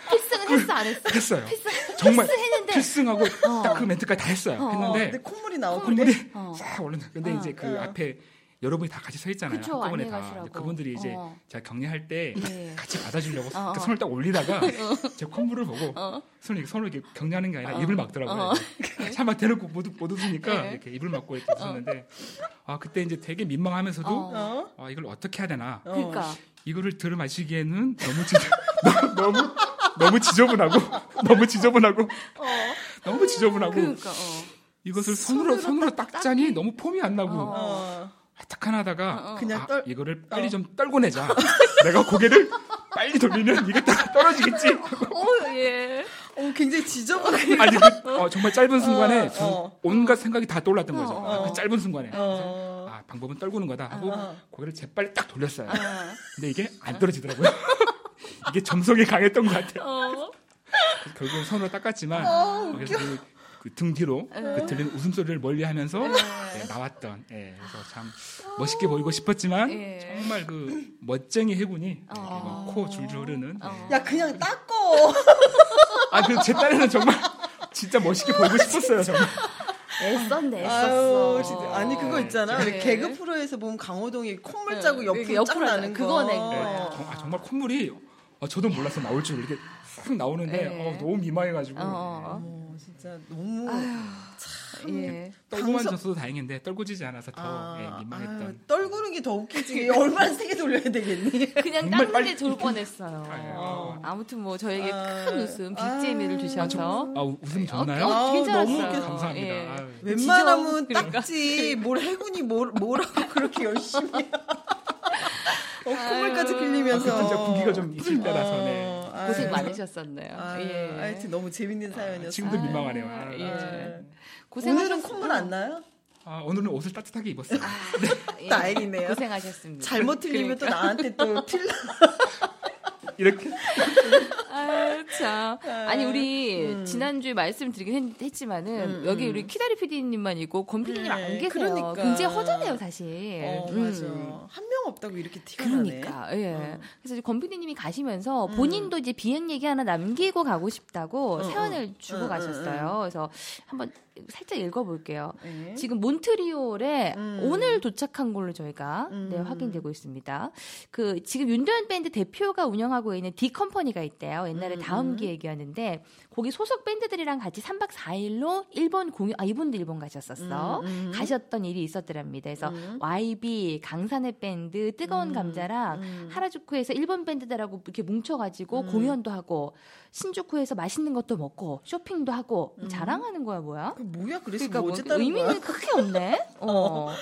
Speaker 1: 필승은 했어 안 했어?
Speaker 3: 했어요. 정말
Speaker 1: 했는데.
Speaker 3: 필승하고
Speaker 1: 어.
Speaker 3: 딱 그 멘트까지 다 했어요.
Speaker 1: 어.
Speaker 2: 근데
Speaker 3: 했는데
Speaker 2: 콧물이 나와.
Speaker 3: 콧물이 [LAUGHS]
Speaker 1: 어.
Speaker 3: 싹 올라나. 근데
Speaker 1: 어.
Speaker 3: 이제 그
Speaker 2: 어.
Speaker 3: 앞에 여러분이 다 같이 서 있잖아요.
Speaker 1: 그쵸,
Speaker 3: 한꺼번에
Speaker 1: 안내가
Speaker 3: 다.
Speaker 1: 하시라고.
Speaker 3: 이제 그분들이 이제
Speaker 1: 어.
Speaker 3: 제가 격려할 때
Speaker 1: 예.
Speaker 3: 같이 받아주려고
Speaker 1: 어, [LAUGHS] 어.
Speaker 3: 이렇게 손을 딱 올리다가 제 콧물을 보고
Speaker 1: 어.
Speaker 3: 손을 이렇게 서로 이렇게 격려하는 게 아니라
Speaker 1: 어.
Speaker 3: 입을 막더라고요.
Speaker 1: 어.
Speaker 3: [LAUGHS] 참막 대놓고 못, 웃- 못 웃으니까
Speaker 1: 예.
Speaker 3: 이렇게 입을 막고 이렇게 웃었는데 아 그때 이제 되게 민망하면서도
Speaker 1: 어.
Speaker 2: 어?
Speaker 3: 아 이걸 어떻게 해야 되나
Speaker 2: 어.
Speaker 1: 그러니까
Speaker 3: 이거를 들어 마시기에는 너무 지저 [LAUGHS] 너무 너무 너무 지저분하고 너무 지저분하고 너무 지저분하고
Speaker 1: 그러니까 어.
Speaker 3: 이것을 손으로 손으로 딱 짜니 너무 폼이 안 나고
Speaker 1: 어.
Speaker 2: 어.
Speaker 3: 하탁하나다가
Speaker 1: 어, 어.
Speaker 2: 그냥
Speaker 3: 아,
Speaker 2: 떨-
Speaker 3: 이거를 빨리
Speaker 2: 어.
Speaker 3: 좀 떨고 내자 내가 고개를 빨리 돌리면 이게 다 떨어지겠지
Speaker 1: 어, 예.
Speaker 2: 어, 굉장히 지저분해.
Speaker 3: 아니 그, 어, 정말 짧은 순간에
Speaker 2: 어, 어.
Speaker 3: 온갖 생각이 다 떠올랐던 거죠
Speaker 1: 어,
Speaker 2: 어.
Speaker 3: 아, 그 짧은 순간에
Speaker 2: 어.
Speaker 3: 아 방법은 떨구는 거다 하고
Speaker 2: 어.
Speaker 3: 고개를 재빨리 딱 돌렸어요
Speaker 1: 어.
Speaker 3: 근데 이게 안 떨어지더라고요 [LAUGHS] 이게 점성이 강했던 것 같아요
Speaker 1: 어.
Speaker 3: 결국은 손으로 닦았지만 그래서 그 등 뒤로
Speaker 1: 어.
Speaker 3: 그 들리는 웃음소리를 멀리하면서
Speaker 1: 네.
Speaker 3: 예, 나왔던 예, 그래서 참 멋있게 보이고 싶었지만
Speaker 1: 예.
Speaker 3: 정말 그 멋쟁이 해군이 이렇게
Speaker 1: 어.
Speaker 3: 막코 줄줄 흐르는 예.
Speaker 1: 어.
Speaker 2: 야 그냥 닦어.
Speaker 3: 아 그래서 제 딸은 정말 [LAUGHS] 진짜 멋있게 보이고 싶었어요 정말
Speaker 1: 애썼네,
Speaker 2: 아유
Speaker 1: 애썼어.
Speaker 2: 진짜 아니 그거 있잖아.
Speaker 1: 네.
Speaker 2: 왜 개그 프로에서 보면 강호동이 콧물
Speaker 1: 네.
Speaker 2: 짜고
Speaker 1: 이렇게
Speaker 2: 옆으로 쫙
Speaker 1: 옆으로
Speaker 2: 나는 거.
Speaker 1: 그거네,
Speaker 3: 예,
Speaker 1: 그거야.
Speaker 3: 정- 아, 정말 콧물이 어, 저도 몰라서 나올 줄 이렇게 싹 나오는데
Speaker 1: 예.
Speaker 3: 어, 너무 민망해가지고
Speaker 1: 어.
Speaker 3: 네.
Speaker 2: 어머, 진짜 너무 음.
Speaker 1: 예.
Speaker 3: 떨고만
Speaker 2: 방송-
Speaker 3: 졌어도 다행인데 떨고지지 않아서 더
Speaker 2: 아,
Speaker 3: 예, 민망했던
Speaker 2: 아유, 떨구는 게 더
Speaker 1: [LAUGHS]
Speaker 2: 웃기지. 얼마나 세게 돌려야 되겠니?
Speaker 1: 그냥
Speaker 3: 정말
Speaker 1: 땀흘리
Speaker 3: 빨리-
Speaker 1: 돌 뻔했어요.
Speaker 3: 아, 예. 어.
Speaker 1: 아무튼 뭐 저에게
Speaker 2: 음. 아,
Speaker 1: 큰 웃음,
Speaker 2: 아,
Speaker 1: 빅재미를 주셔서
Speaker 3: 아 우- 웃음 좋나요?
Speaker 2: 아우,
Speaker 1: 어, 괜찮았어요.
Speaker 2: 너무
Speaker 3: 웃겨. 감사합니다.
Speaker 1: 예.
Speaker 3: 아유.
Speaker 2: 웬만하면
Speaker 1: 지저분, 그러니까.
Speaker 2: 닦지. 뭘 해군이 뭘, 뭐라고 [LAUGHS] 그렇게 열심히. 해. 어, 콧물까지
Speaker 3: 아,
Speaker 2: 빌리면서.
Speaker 3: 그때 진짜 분기가 좀 있을 때라서 네.
Speaker 2: 어, 아유,
Speaker 1: 고생 많으셨었네요.
Speaker 2: 아유,
Speaker 1: 예.
Speaker 2: 하여튼 너무 재밌는 사연이었어요.
Speaker 3: 지금도 민망하네요. 아,
Speaker 1: 아,
Speaker 2: 아,
Speaker 1: 예.
Speaker 2: 오늘은
Speaker 1: 고생하셨-
Speaker 2: 콧물 안 나요?
Speaker 3: 아, 오늘은 옷을 따뜻하게 입었어요.
Speaker 1: 예.
Speaker 2: 다행이네요.
Speaker 1: 고생하셨습니다. 그러니까.
Speaker 2: 잘못 틀리면 또 나한테
Speaker 1: [LAUGHS]
Speaker 2: 또 틀려.
Speaker 3: 이렇게
Speaker 1: 아유, 참. 아니, 우리 지난주에 말씀드리긴 했, 지만은
Speaker 2: 음,
Speaker 1: 여기
Speaker 2: 음.
Speaker 1: 우리 키다리 PD님만 있고 권 PD님 안
Speaker 2: 네,
Speaker 1: 계세요.
Speaker 2: 그러니까.
Speaker 1: 굉장히 허전해요, 사실.
Speaker 2: 어,
Speaker 1: 음.
Speaker 2: 맞아. 한 명 없다고 이렇게 티가 나네. 어. 음.
Speaker 1: 그러니까 예. 그래서 이제 권 PD님이 가시면서 본인도 이제 비행 얘기 하나 남기고 가고 싶다고
Speaker 2: 응,
Speaker 1: 사연을 주고
Speaker 2: 응,
Speaker 1: 가셨어요. 그래서 한번 살짝 읽어볼게요.
Speaker 2: 네.
Speaker 1: 지금 몬트리올에
Speaker 2: 음.
Speaker 1: 오늘 도착한 걸로 저희가
Speaker 2: 음.
Speaker 1: 네, 확인되고 있습니다. 그 지금 윤도현 밴드 대표가 운영하고 있는 D 컴퍼니가 있대요. 옛날에
Speaker 2: 음,
Speaker 1: 다음
Speaker 2: 음.
Speaker 1: 기 얘기하는데 거기 소속 밴드들이랑 같이 3박 4일로 일본 공연 아 이분도 일본 가셨었어.
Speaker 2: 음, 음.
Speaker 1: 가셨던 일이 있었더랍니다. 그래서
Speaker 2: 음.
Speaker 1: YB 강산의 밴드 뜨거운
Speaker 2: 음,
Speaker 1: 감자랑
Speaker 2: 음.
Speaker 1: 하라주쿠에서 일본 밴드들하고 이렇게 뭉쳐가지고
Speaker 2: 음.
Speaker 1: 공연도 하고 신주쿠에서 맛있는 것도 먹고 쇼핑도 하고
Speaker 2: 음.
Speaker 1: 자랑하는 거야 뭐야?
Speaker 2: 그 뭐야? 그래서
Speaker 1: 그러니까
Speaker 2: 뭐
Speaker 1: 뭐
Speaker 2: 어쨌다는
Speaker 1: 의미는
Speaker 2: 거야?
Speaker 1: 크게
Speaker 2: [LAUGHS]
Speaker 1: 없네. 어.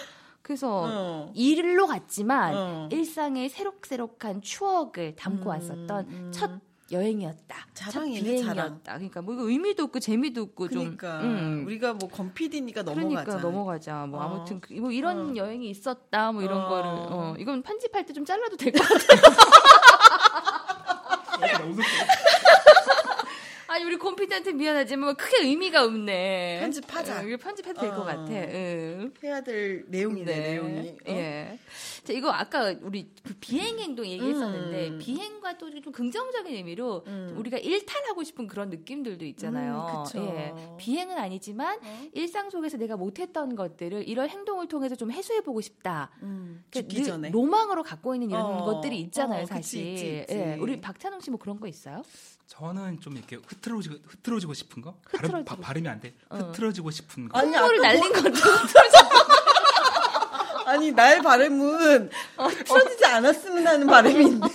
Speaker 1: 그래서
Speaker 2: 어.
Speaker 1: 일로 갔지만
Speaker 2: 어.
Speaker 1: 일상의 새록새록한 추억을 담고
Speaker 2: 음,
Speaker 1: 왔었던
Speaker 2: 음.
Speaker 1: 첫 여행이었다. 첫
Speaker 2: 자랑이네,
Speaker 1: 비행이었다.
Speaker 2: 자랑.
Speaker 1: 그러니까 뭐 이거 의미도 없고 재미도 없고
Speaker 2: 그러니까
Speaker 1: 좀 음.
Speaker 2: 우리가 뭐 건피디니까
Speaker 1: 그러니까
Speaker 2: 넘어가자.
Speaker 1: 넘어가자. 뭐
Speaker 2: 어.
Speaker 1: 아무튼 그- 뭐 이런 여행이 있었다. 뭐 이런
Speaker 2: 어.
Speaker 1: 거를 어, 이건 편집할 때 좀 잘라도 될 것 같아. [LAUGHS] 아니 우리 컴피디한테 미안하지만 뭐 크게 의미가 없네. 어,
Speaker 2: 편집하자.
Speaker 1: 이거 편집해도 될 것
Speaker 2: 어.
Speaker 1: 같아. 예. 응.
Speaker 2: 해야 될 내용이네
Speaker 1: 네.
Speaker 2: 내용이. 어?
Speaker 1: 예. 자, 이거 아까 우리 그 비행 행동 얘기했었는데
Speaker 2: 음.
Speaker 1: 비행과 또 좀 긍정적인 의미로
Speaker 2: 음.
Speaker 1: 우리가 일탈하고 싶은 그런 느낌들도 있잖아요.
Speaker 2: 음, 그쵸.
Speaker 1: 예. 비행은 아니지만
Speaker 2: 어?
Speaker 1: 일상 속에서 내가 못했던 것들을 이런 행동을 통해서 좀 해소해 보고 싶다.
Speaker 2: 음,
Speaker 1: 그
Speaker 2: 죽기 전에.
Speaker 1: 로망으로 갖고 있는 이런
Speaker 2: 어,
Speaker 1: 것들이 있잖아요,
Speaker 2: 어, 그치,
Speaker 1: 사실.
Speaker 2: 있지, 있지.
Speaker 1: 예. 우리 박찬웅 씨 뭐 그런 거 있어요?
Speaker 3: 저는 좀 이렇게 흐트러지고 흐트러지고 싶은 거 발음
Speaker 1: 흐트러지고
Speaker 3: 바- 발음이 안 돼.
Speaker 1: 어.
Speaker 3: 흐트러지고 싶은 거.
Speaker 2: 아니 뭐
Speaker 1: 콧물을
Speaker 2: 아까 뭐,
Speaker 1: 날린
Speaker 2: [LAUGHS]
Speaker 1: 것도
Speaker 2: 아니 나의
Speaker 1: [LAUGHS]
Speaker 2: 발음은 틀어지지 않았으면 하는 발음인데.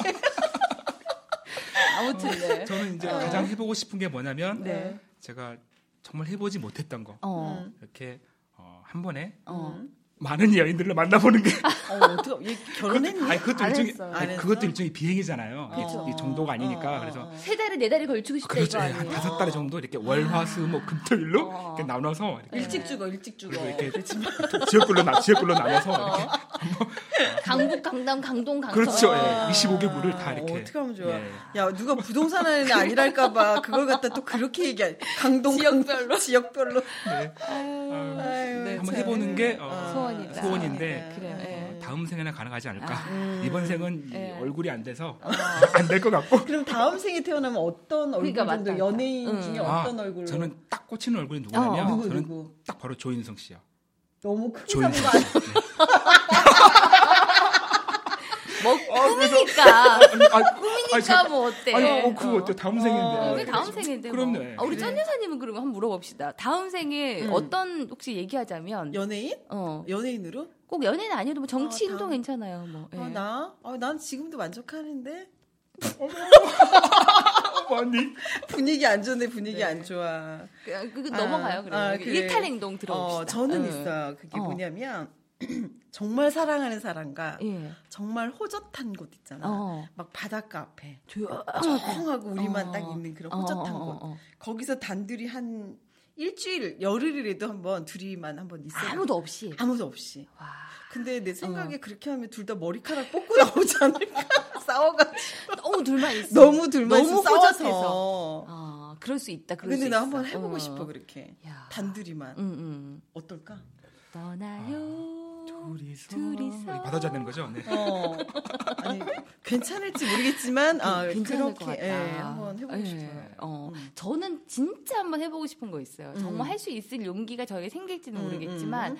Speaker 1: 아무튼 네.
Speaker 3: 저는 이제 가장 해보고 싶은 게 뭐냐면
Speaker 1: 네.
Speaker 3: 제가 정말 해보지 못했던 거
Speaker 1: 어.
Speaker 2: 음.
Speaker 3: 이렇게 어, 한 번에
Speaker 1: 어.
Speaker 3: 많은 연인들을 만나보는 게
Speaker 2: 어, 어떡- 얘 결혼했니?
Speaker 3: 아니, 그것도
Speaker 1: 안
Speaker 3: 일종의
Speaker 1: 했어요.
Speaker 2: 안
Speaker 3: 아니,
Speaker 2: 했어?
Speaker 3: 그것도 일종의 비행이잖아요. 이-
Speaker 2: 그쵸.
Speaker 3: 이, 정도가 아니니까
Speaker 2: 어,
Speaker 3: 그래서
Speaker 2: 어, 어.
Speaker 1: 세 달에 네 달이 걸치고 싶다
Speaker 3: 그렇죠.
Speaker 1: 이거
Speaker 3: 예, 한
Speaker 2: [LAUGHS]
Speaker 1: 아니에요?
Speaker 3: 다섯 달 정도 이렇게 월화수목금토일로
Speaker 1: 어.
Speaker 3: 이렇게 나눠서 이렇게
Speaker 2: 일찍 죽어 일찍 죽어.
Speaker 3: 그리고 이렇게 지역별로 나 지역별로 나눠서 이렇게
Speaker 1: 강북, 강남, 강동, 강서.
Speaker 3: 그렇죠.
Speaker 2: 아.
Speaker 3: 예. 25개 구를 다 이렇게.
Speaker 2: 어떻게 하면 좋아.
Speaker 3: 예.
Speaker 2: 야 누가 부동산 하는 애 아니랄까봐 그걸 갖다 또 그렇게 얘기해. 강동 [LAUGHS] 지역별로 지역별로.
Speaker 3: 네. 아유,
Speaker 2: 아유,
Speaker 3: 네, 한번
Speaker 2: 참.
Speaker 3: 해보는 게 어,
Speaker 2: 아,
Speaker 1: 소원이다.
Speaker 3: 소원인데
Speaker 2: 네.
Speaker 1: 그래요. 예.
Speaker 3: 어, 다음 생에는 가능하지 않을까.
Speaker 2: 음.
Speaker 3: 이번 생은 이
Speaker 1: 예.
Speaker 3: 얼굴이 안 돼서 [LAUGHS] 안 될 것 같고.
Speaker 2: 그럼 다음 생에 태어나면 어떤 얼굴
Speaker 1: 그러니까
Speaker 2: 정도
Speaker 1: 맞다.
Speaker 2: 연예인
Speaker 1: 음.
Speaker 2: 중에
Speaker 3: 아,
Speaker 2: 어떤 얼굴로?
Speaker 3: 저는 딱 꽂히는 얼굴이 누구냐면
Speaker 1: 어,
Speaker 2: 누구
Speaker 3: 저는
Speaker 2: 누구?
Speaker 3: 딱 바로 조인성 씨요.
Speaker 2: 너무 크게 잡은 거
Speaker 3: 조인성
Speaker 2: 아니야?
Speaker 3: 씨. 네.
Speaker 1: 뭐 꿈이니까.
Speaker 3: 아,
Speaker 1: 꿈이니까
Speaker 3: 아니, 저-
Speaker 1: 뭐 어때?
Speaker 3: 아니, 어, 그거 어때? 다음 생인데.
Speaker 2: 어,
Speaker 1: 그게 다음 생인데. 뭐.
Speaker 3: 그럼요. 예.
Speaker 1: 아, 우리 짠 여사님은 그러면 한번 물어봅시다. 다음 생에
Speaker 2: 네. 음.
Speaker 1: 어떤 혹시 얘기하자면
Speaker 2: 연예인?
Speaker 1: 어,
Speaker 2: 연예인으로?
Speaker 1: 꼭 연예인 아니어도 뭐
Speaker 2: 어,
Speaker 1: 정치인도
Speaker 2: 다음.
Speaker 1: 괜찮아요. 뭐. 예.
Speaker 2: 아, 나? 아, 난 지금도 만족하는데
Speaker 3: [LAUGHS] 아니.
Speaker 2: 분위기 안 좋네 분위기
Speaker 1: 네.
Speaker 2: 안 좋아.
Speaker 1: 그, 그, 그
Speaker 2: 아,
Speaker 1: 넘어가요. 그래.
Speaker 2: 아,
Speaker 1: 요
Speaker 2: 그래.
Speaker 1: 일탈 행동 들어봅시다.
Speaker 2: 어, 저는
Speaker 1: 예.
Speaker 2: 있어요. 그게
Speaker 1: 어.
Speaker 2: 뭐냐면 [CLEARS THROAT] 정말 사랑하는 사람과
Speaker 1: 예.
Speaker 2: 정말 호젓한 곳 있잖아.
Speaker 1: 어.
Speaker 2: 막 바닷가 앞에
Speaker 1: 조용.
Speaker 2: 조용하고 우리만
Speaker 1: 어.
Speaker 2: 딱 있는 그런
Speaker 1: 어,
Speaker 2: 호젓한
Speaker 1: 어, 어,
Speaker 2: 곳.
Speaker 1: 어, 어.
Speaker 2: 거기서 단둘이 한 일주일, 열흘이라도 한번 둘이만 한번 있어.
Speaker 1: 아무도 없이. 어.
Speaker 2: 아무도 없이.
Speaker 1: 와.
Speaker 2: 근데 내 생각에 그렇게 하면 둘 다 머리카락 뽑고 나오지 않을까? 싸워가지고.
Speaker 1: 너무 둘만 있어.
Speaker 2: 너무 둘만
Speaker 1: [LAUGHS] 너무
Speaker 2: 있어 싸워서.
Speaker 1: 호젓해서. 아, 그럴 수 있다. 그럴
Speaker 2: 근데
Speaker 1: 수
Speaker 2: 나
Speaker 1: 있어.
Speaker 2: 한번 해보고
Speaker 1: 어.
Speaker 2: 싶어 그렇게.
Speaker 1: 야.
Speaker 2: 단둘이만
Speaker 1: 음, 음.
Speaker 2: 어떨까?
Speaker 1: 떠나요.
Speaker 2: 아,
Speaker 3: 둘이서.
Speaker 1: 둘이서.
Speaker 3: 받아자는 거죠? 네.
Speaker 2: 어. [LAUGHS] 아니 괜찮을지 모르겠지만 아,
Speaker 1: 괜찮을
Speaker 2: 그렇게
Speaker 1: 것 같다.
Speaker 2: 예, 한번 해보고
Speaker 1: 예,
Speaker 2: 싶어요.
Speaker 1: 어,
Speaker 2: 음.
Speaker 1: 저는 진짜 한번 해보고 싶은 거 있어요.
Speaker 2: 음.
Speaker 1: 정말 할 수 있을 용기가 저에게 생길지는
Speaker 2: 음,
Speaker 1: 모르겠지만
Speaker 2: 음.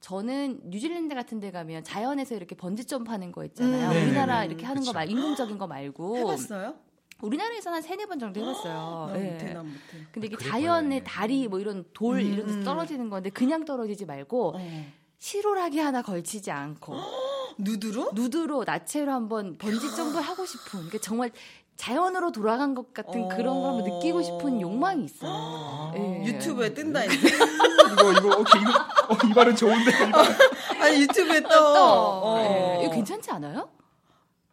Speaker 1: 저는 뉴질랜드 같은 데 가면 자연에서 이렇게 번지 점프하는 거 있잖아요.
Speaker 2: 음. 네,
Speaker 1: 우리나라
Speaker 2: 네, 네.
Speaker 1: 이렇게 하는 거
Speaker 3: 그쵸.
Speaker 1: 말 인공적인 거 말고
Speaker 2: 해봤어요?
Speaker 1: 우리나라에서는 한 세네 번 정도 뭐 해봤어요.
Speaker 2: 난
Speaker 1: 예.
Speaker 2: 못해 난 못해.
Speaker 1: 근데 이게
Speaker 3: 그래,
Speaker 1: 자연의
Speaker 3: 그래.
Speaker 1: 다리 뭐 이런 돌
Speaker 2: 음,
Speaker 1: 이런 데서
Speaker 2: 음.
Speaker 1: 떨어지는 건데 그냥 떨어지지 말고 실오라기 하나 걸치지 않고
Speaker 2: 누드로?
Speaker 1: 누드로 나체로 한번 번지 점프 하고 싶은 그러니까 정말 자연으로 돌아간 것 같은
Speaker 2: 어.
Speaker 1: 그런 걸 한번 느끼고 싶은 욕망이 [GASPS] 있어요.
Speaker 2: [GASPS]
Speaker 3: 아,
Speaker 1: 예.
Speaker 2: 유튜브에 뜬다 이제. [LAUGHS]
Speaker 3: 이거, 이거, 오케이. 이거, 어, 이 말은 좋은데. 이 말은-
Speaker 2: 아니 유튜브에 떠.
Speaker 1: 또
Speaker 2: 어.
Speaker 1: 예, 이거 괜찮지 않아요?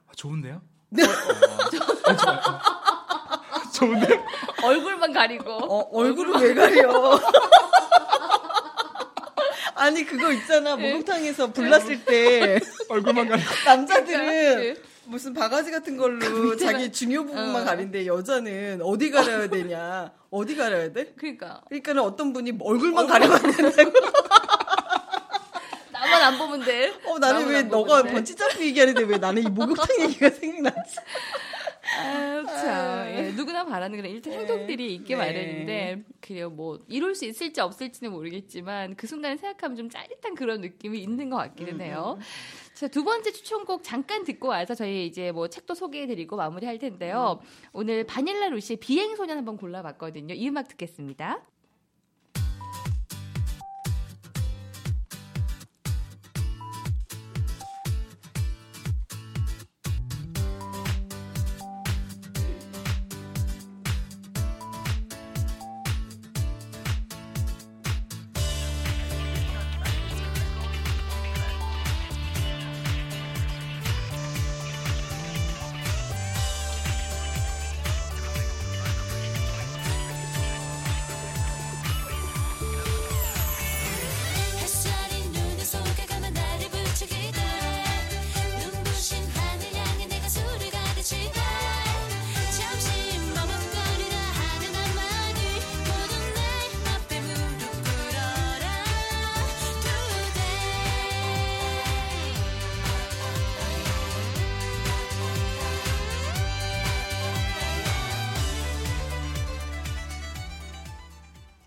Speaker 3: 아, 좋은데요?
Speaker 2: 네.
Speaker 3: 어, 어, 좋아요. 어. [LAUGHS] 좋은데요?
Speaker 1: 얼굴만 가리고 [LAUGHS]
Speaker 2: 어, 얼굴을 왜 가려? [LAUGHS] 아니 그거 있잖아
Speaker 1: 네.
Speaker 2: 목욕탕에서 불났을 때
Speaker 3: 얼굴만 가리고.
Speaker 1: [LAUGHS]
Speaker 2: 남자들은
Speaker 1: 그러니까,
Speaker 2: 무슨 바가지 같은 걸로 자기 중요 부분만
Speaker 1: 그 어.
Speaker 2: 가린데 여자는 어디 가려야 되냐? 어디 가려야 돼?
Speaker 1: 그러니까
Speaker 2: 그러니까는 어떤 분이 얼굴만 가려만 된다고.
Speaker 1: 나만 안 보면 돼.
Speaker 2: 어, 나는
Speaker 1: 나만
Speaker 2: 왜
Speaker 1: 안
Speaker 2: 너가
Speaker 1: 보면 돼.
Speaker 2: 번지점프 얘기하는데 왜 나는 이 목욕탕 얘기가 생각나지?
Speaker 1: 아유, 참. 예, 누구나 바라는 그런 일탈
Speaker 2: 네.
Speaker 1: 행동들이 있기
Speaker 2: 네.
Speaker 1: 마련인데 그래요 뭐 이룰 수 있을지 없을지는 모르겠지만 그 순간을 생각하면 좀 짜릿한 그런 느낌이 있는 것 같기는 해요. 자, 두 번째 추천곡 잠깐 듣고 와서 저희 이제 뭐 책도 소개해드리고 마무리할 텐데요. 오늘 바닐라 루시의 비행소년 한번 골라봤거든요. 이 음악 듣겠습니다.
Speaker 4: 넌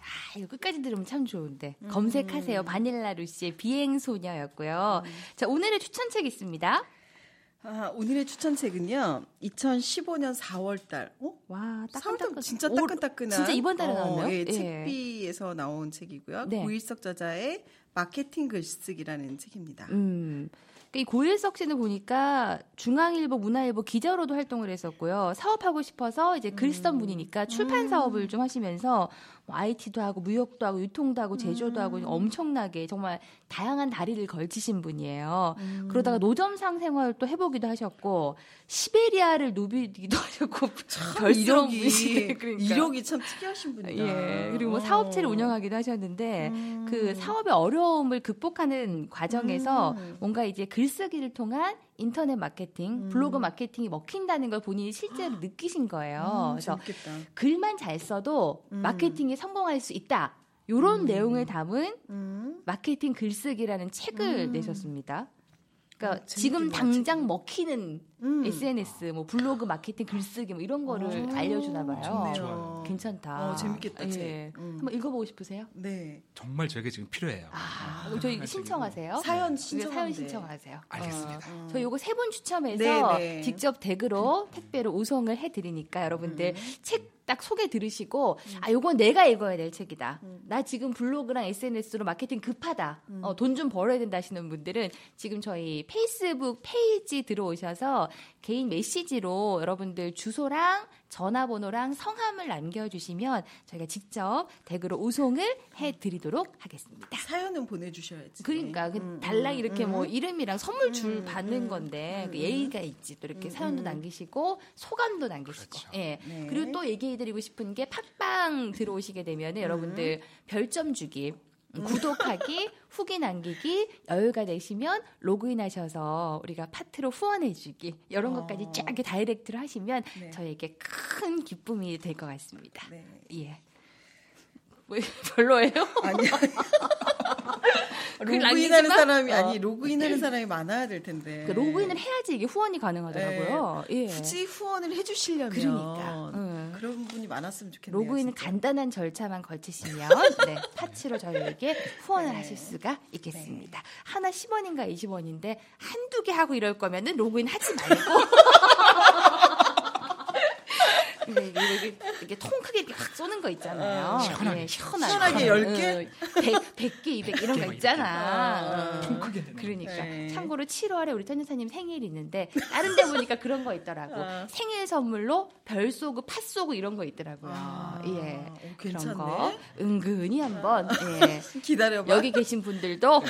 Speaker 1: 아, 이거 끝까지 들으면 참 좋은데 검색하세요. 바닐라 루시의 비행 소녀였고요. 자 오늘의 추천책 있습니다.
Speaker 2: 아, 오늘의 추천책은요. 2015년 4월달. 어?
Speaker 1: 와
Speaker 2: 사월달
Speaker 1: 따끈따끈.
Speaker 2: 진짜
Speaker 1: 올-
Speaker 2: 따끈따끈한.
Speaker 1: 진짜 이번 달에
Speaker 2: 어,
Speaker 1: 나왔나요?
Speaker 2: 예,
Speaker 1: 예.
Speaker 2: 책비에서 나온 책이고요.
Speaker 1: 네.
Speaker 2: 고일석 저자의 마케팅 글쓰기라는 책입니다.
Speaker 1: 음. 그이 고일석 씨는 보니까 중앙일보, 문화일보 기자로도 활동을 했었고요. 사업하고 싶어서 이제 글 쓰던
Speaker 2: 음.
Speaker 1: 분이니까 출판 사업을 좀 하시면서 뭐 IT도 하고 무역도 하고 유통도 하고 제조도 하고
Speaker 2: 음.
Speaker 1: 엄청나게 정말 다양한 다리를 걸치신 분이에요.
Speaker 2: 음.
Speaker 1: 음. 그러다가 노점상 생활을 또 해보기도 하셨고 시베리아를 누비기도 [LAUGHS] 하셨고 별스러운 [LAUGHS] 분이시네.
Speaker 2: 이력이
Speaker 1: 그러니까.
Speaker 2: 이력이 참 특이하신 분이다.
Speaker 1: 예. 그리고 뭐
Speaker 2: 어.
Speaker 1: 사업체를 운영하기도 하셨는데
Speaker 2: 음.
Speaker 1: 그 사업의 어려움을 극복하는 과정에서
Speaker 2: 음.
Speaker 1: 뭔가 이제 글쓰기를 통한 인터넷 마케팅,
Speaker 2: 음. 아.
Speaker 1: 블로그 마케팅이 먹힌다는 걸 본인이 실제로 느끼신 거예요.
Speaker 2: 음,
Speaker 1: 그래서
Speaker 2: 재밌겠다.
Speaker 1: 글만 잘 써도
Speaker 2: 음.
Speaker 1: 마케팅에 성공할 수 있다. 요런 내용을 담은
Speaker 2: 음.
Speaker 1: 마케팅 글쓰기라는 책을
Speaker 2: 음.
Speaker 1: 내셨습니다. 그러니까
Speaker 2: 어, 재밌겠다,
Speaker 1: 지금 당장 먹히는
Speaker 2: 음.
Speaker 1: SNS, 뭐 블로그 마케팅 글쓰기 뭐 이런 거를
Speaker 2: 어,
Speaker 1: 알려주나 봐요.
Speaker 2: 좋네요.
Speaker 3: 좋아요.
Speaker 1: 괜찮다. 예.
Speaker 2: 어, 재밌겠다, 책. 음.
Speaker 1: 한번 읽어보고 싶으세요?
Speaker 2: 네.
Speaker 3: 정말 저에게 지금 필요해요.
Speaker 1: 아, 그럼 저희 신청하세요.
Speaker 2: 사연
Speaker 1: 네,
Speaker 2: 신청.
Speaker 1: 사연 신청하세요.
Speaker 3: 알겠습니다.
Speaker 1: 어, 저희 요거 세 분 추첨해서
Speaker 2: 네, 네.
Speaker 1: 직접 댁으로 택배로 우송을 해드리니까
Speaker 2: 음.
Speaker 1: 여러분들 책 딱 소개 들으시고 아 요건 내가 읽어야 될 책이다. 나 지금 블로그랑 SNS로 마케팅 급하다. 어, 돈 좀 벌어야 된다 하시는 분들은 지금 저희 페이스북 페이지 들어오셔서 개인 메시지로 여러분들 주소랑 전화번호랑 성함을 남겨주시면 저희가 직접 댁으로 우송을 해드리도록 하겠습니다.
Speaker 2: 사연은 보내주셔야지. 음,
Speaker 1: 그러니까 그 달랑 이렇게 뭐 이름이랑 선물 줄 받는 건데
Speaker 2: 음,
Speaker 1: 그 예의가 있지 또 이렇게 사연도 남기시고 소감도 남기시고 예
Speaker 2: 네.
Speaker 1: 그리고 또 얘기해드리고 싶은 게 팟빵 들어오시게 되면
Speaker 2: 음.
Speaker 1: 은 여러분들 별점 주기
Speaker 2: [LAUGHS]
Speaker 1: 구독하기, 후기 남기기, 여유가 되시면 로그인하셔서 우리가 파트로 후원해주기 이런 것까지 쫙 이렇게 다이렉트로 하시면
Speaker 2: 어. 네.
Speaker 1: 저희에게 큰 기쁨이 될 것 같습니다. [LAUGHS]
Speaker 2: 네.
Speaker 1: 예. 왜 [LAUGHS] 별로예요?
Speaker 2: 아니
Speaker 1: 그걸
Speaker 2: 로그인하는
Speaker 1: 남기지만-
Speaker 2: 사람이
Speaker 1: 어.
Speaker 2: 아니 로그인하는 사람이 많아야 될 텐데.
Speaker 1: 그 로그인을 해야지 이게 후원이 가능하더라고요. 예.
Speaker 2: 굳이 후원을 해주시려면 음.
Speaker 1: 그러니까. 응.
Speaker 2: 그런 분이 많았으면 좋겠네요.
Speaker 1: 로그인은
Speaker 2: 진짜.
Speaker 1: 간단한 절차만 걸치시면 네, 파츠로 저희에게 후원을 하실 수가 있겠습니다. 하나 10원인가 20원인데 한두 개 하고 이럴 거면은 로그인 하지 말고 근데 네, 이게, 이게, 이게 통 크게 이렇게 확 쏘는 거 있잖아요.
Speaker 3: 시원하게.
Speaker 1: 예, 시원하게.
Speaker 2: 시원하게 열 개?
Speaker 1: 100, 개 200개 이런 거 있잖아. 어.
Speaker 3: 통 크게 되는
Speaker 1: 그러니까
Speaker 2: 네.
Speaker 1: 참고로 7월에 우리 천여사님 생일이 있는데 다른 데 보니까 그런 거 있더라고
Speaker 2: 어.
Speaker 1: 생일 선물로 별 쏘고 팥 쏘고 이런 거 있더라고요
Speaker 2: 아,
Speaker 1: 예
Speaker 2: 오,
Speaker 1: 그런
Speaker 2: 괜찮네. 아.
Speaker 1: 거 은근히 한번 예
Speaker 2: 기다려봐.
Speaker 1: 여기 계신 분들도 어,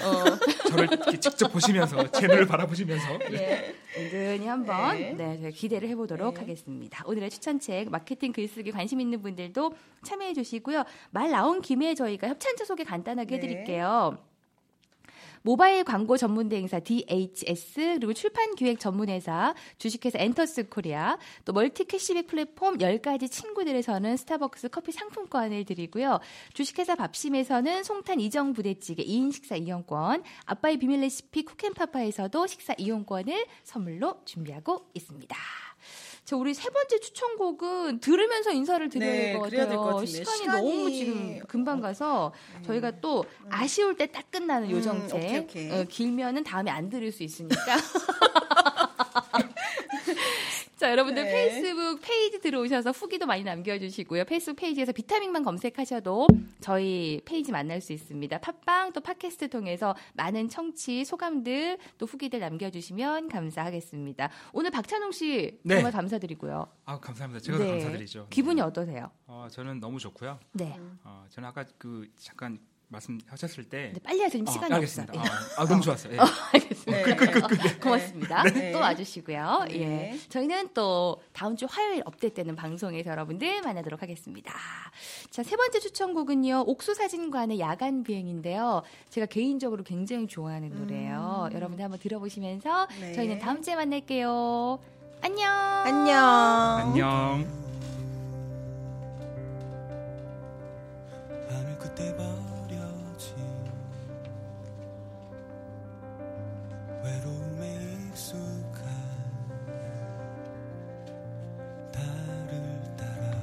Speaker 3: 저를 이렇게 직접 보시면서 제 눈을 바라보시면서 네.
Speaker 1: 예, 은근히 한번
Speaker 2: 네.
Speaker 1: 네. 저희 기대를 해보도록
Speaker 2: 네.
Speaker 1: 하겠습니다. 오늘의 추천책 마케팅 글쓰기 관심 있는 분들도 참여해 주시고요. 말 나온 김에 저희가 협찬자 소개 간단하게
Speaker 2: 네.
Speaker 1: 해드릴게요. 모바일 광고 전문 대행사 DHS 그리고 출판 기획 전문회사 주식회사 엔터스 코리아 또 멀티 캐시백 플랫폼 10가지 친구들에서는 스타벅스 커피 상품권을 드리고요. 주식회사 밥심에서는 송탄 이정 부대찌개 2인 식사 이용권 아빠의 비밀 레시피 쿠앤파파에서도 식사 이용권을 선물로 준비하고 있습니다. 자, 우리 세 번째 추천곡은 들으면서 인사를 드려야
Speaker 2: 네,
Speaker 1: 될 것
Speaker 2: 그래야
Speaker 1: 같아요.
Speaker 2: 될것 같은데.
Speaker 1: 시간이,
Speaker 2: 시간이-
Speaker 1: 너무 지금 금방 가서 저희가 또 아쉬울 때 따끝나는
Speaker 2: 어. 음,
Speaker 1: 요정책
Speaker 2: 오케이, 오케이.
Speaker 1: 어, 길면은 다음에 안 들을 수
Speaker 2: [LAUGHS]
Speaker 1: 있으니까. 자, 여러분들
Speaker 2: 네.
Speaker 1: 페이스북 페이지 들어오셔서 후기도 많이 남겨주시고요. 페이스북 페이지에서 비타민만 검색하셔도 저희 페이지 만날 수 있습니다. 팟빵 또 팟캐스트 통해서 많은 청취, 소감들 또 후기들 남겨주시면 감사하겠습니다. 오늘 박찬웅 씨
Speaker 3: 네.
Speaker 1: 정말 감사드리고요.
Speaker 3: 아 감사합니다. 제가 더
Speaker 1: 네.
Speaker 3: 감사드리죠.
Speaker 1: 기분이 어떠세요?
Speaker 3: 어, 저는 너무 좋고요.
Speaker 1: 네.
Speaker 3: 어, 저는 아까 그 잠깐 말씀하셨을 때
Speaker 1: 근데 빨리 하세요. 지금
Speaker 3: 아,
Speaker 1: 네. 시간이
Speaker 3: 알겠습니다.
Speaker 1: 없어요. 예.
Speaker 3: 아, 아, 너무 좋았어요. 예.
Speaker 1: 알겠습니다.
Speaker 2: 네.
Speaker 1: 고맙습니다.
Speaker 2: 네.
Speaker 1: 또 와주시고요.
Speaker 2: 네.
Speaker 1: 예. 저희는 또 다음 주 화요일 업데이트되는 방송에서 여러분들 만나도록 하겠습니다. 자, 세 번째 추천곡은요. 옥수사진관의 야간 비행인데요. 제가 개인적으로 굉장히 좋아하는 노래예요. 여러분들 한번 들어보시면서
Speaker 2: 음. 네.
Speaker 1: 저희는 다음 주에 만날게요. [LAUGHS] 안녕.
Speaker 2: 안녕.
Speaker 3: 안녕.
Speaker 4: 밤을 그때 버려진 외로움에 익숙한 달을 따라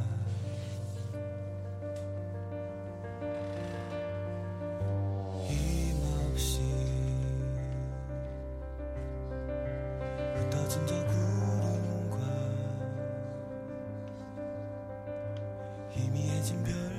Speaker 4: 희미해진 별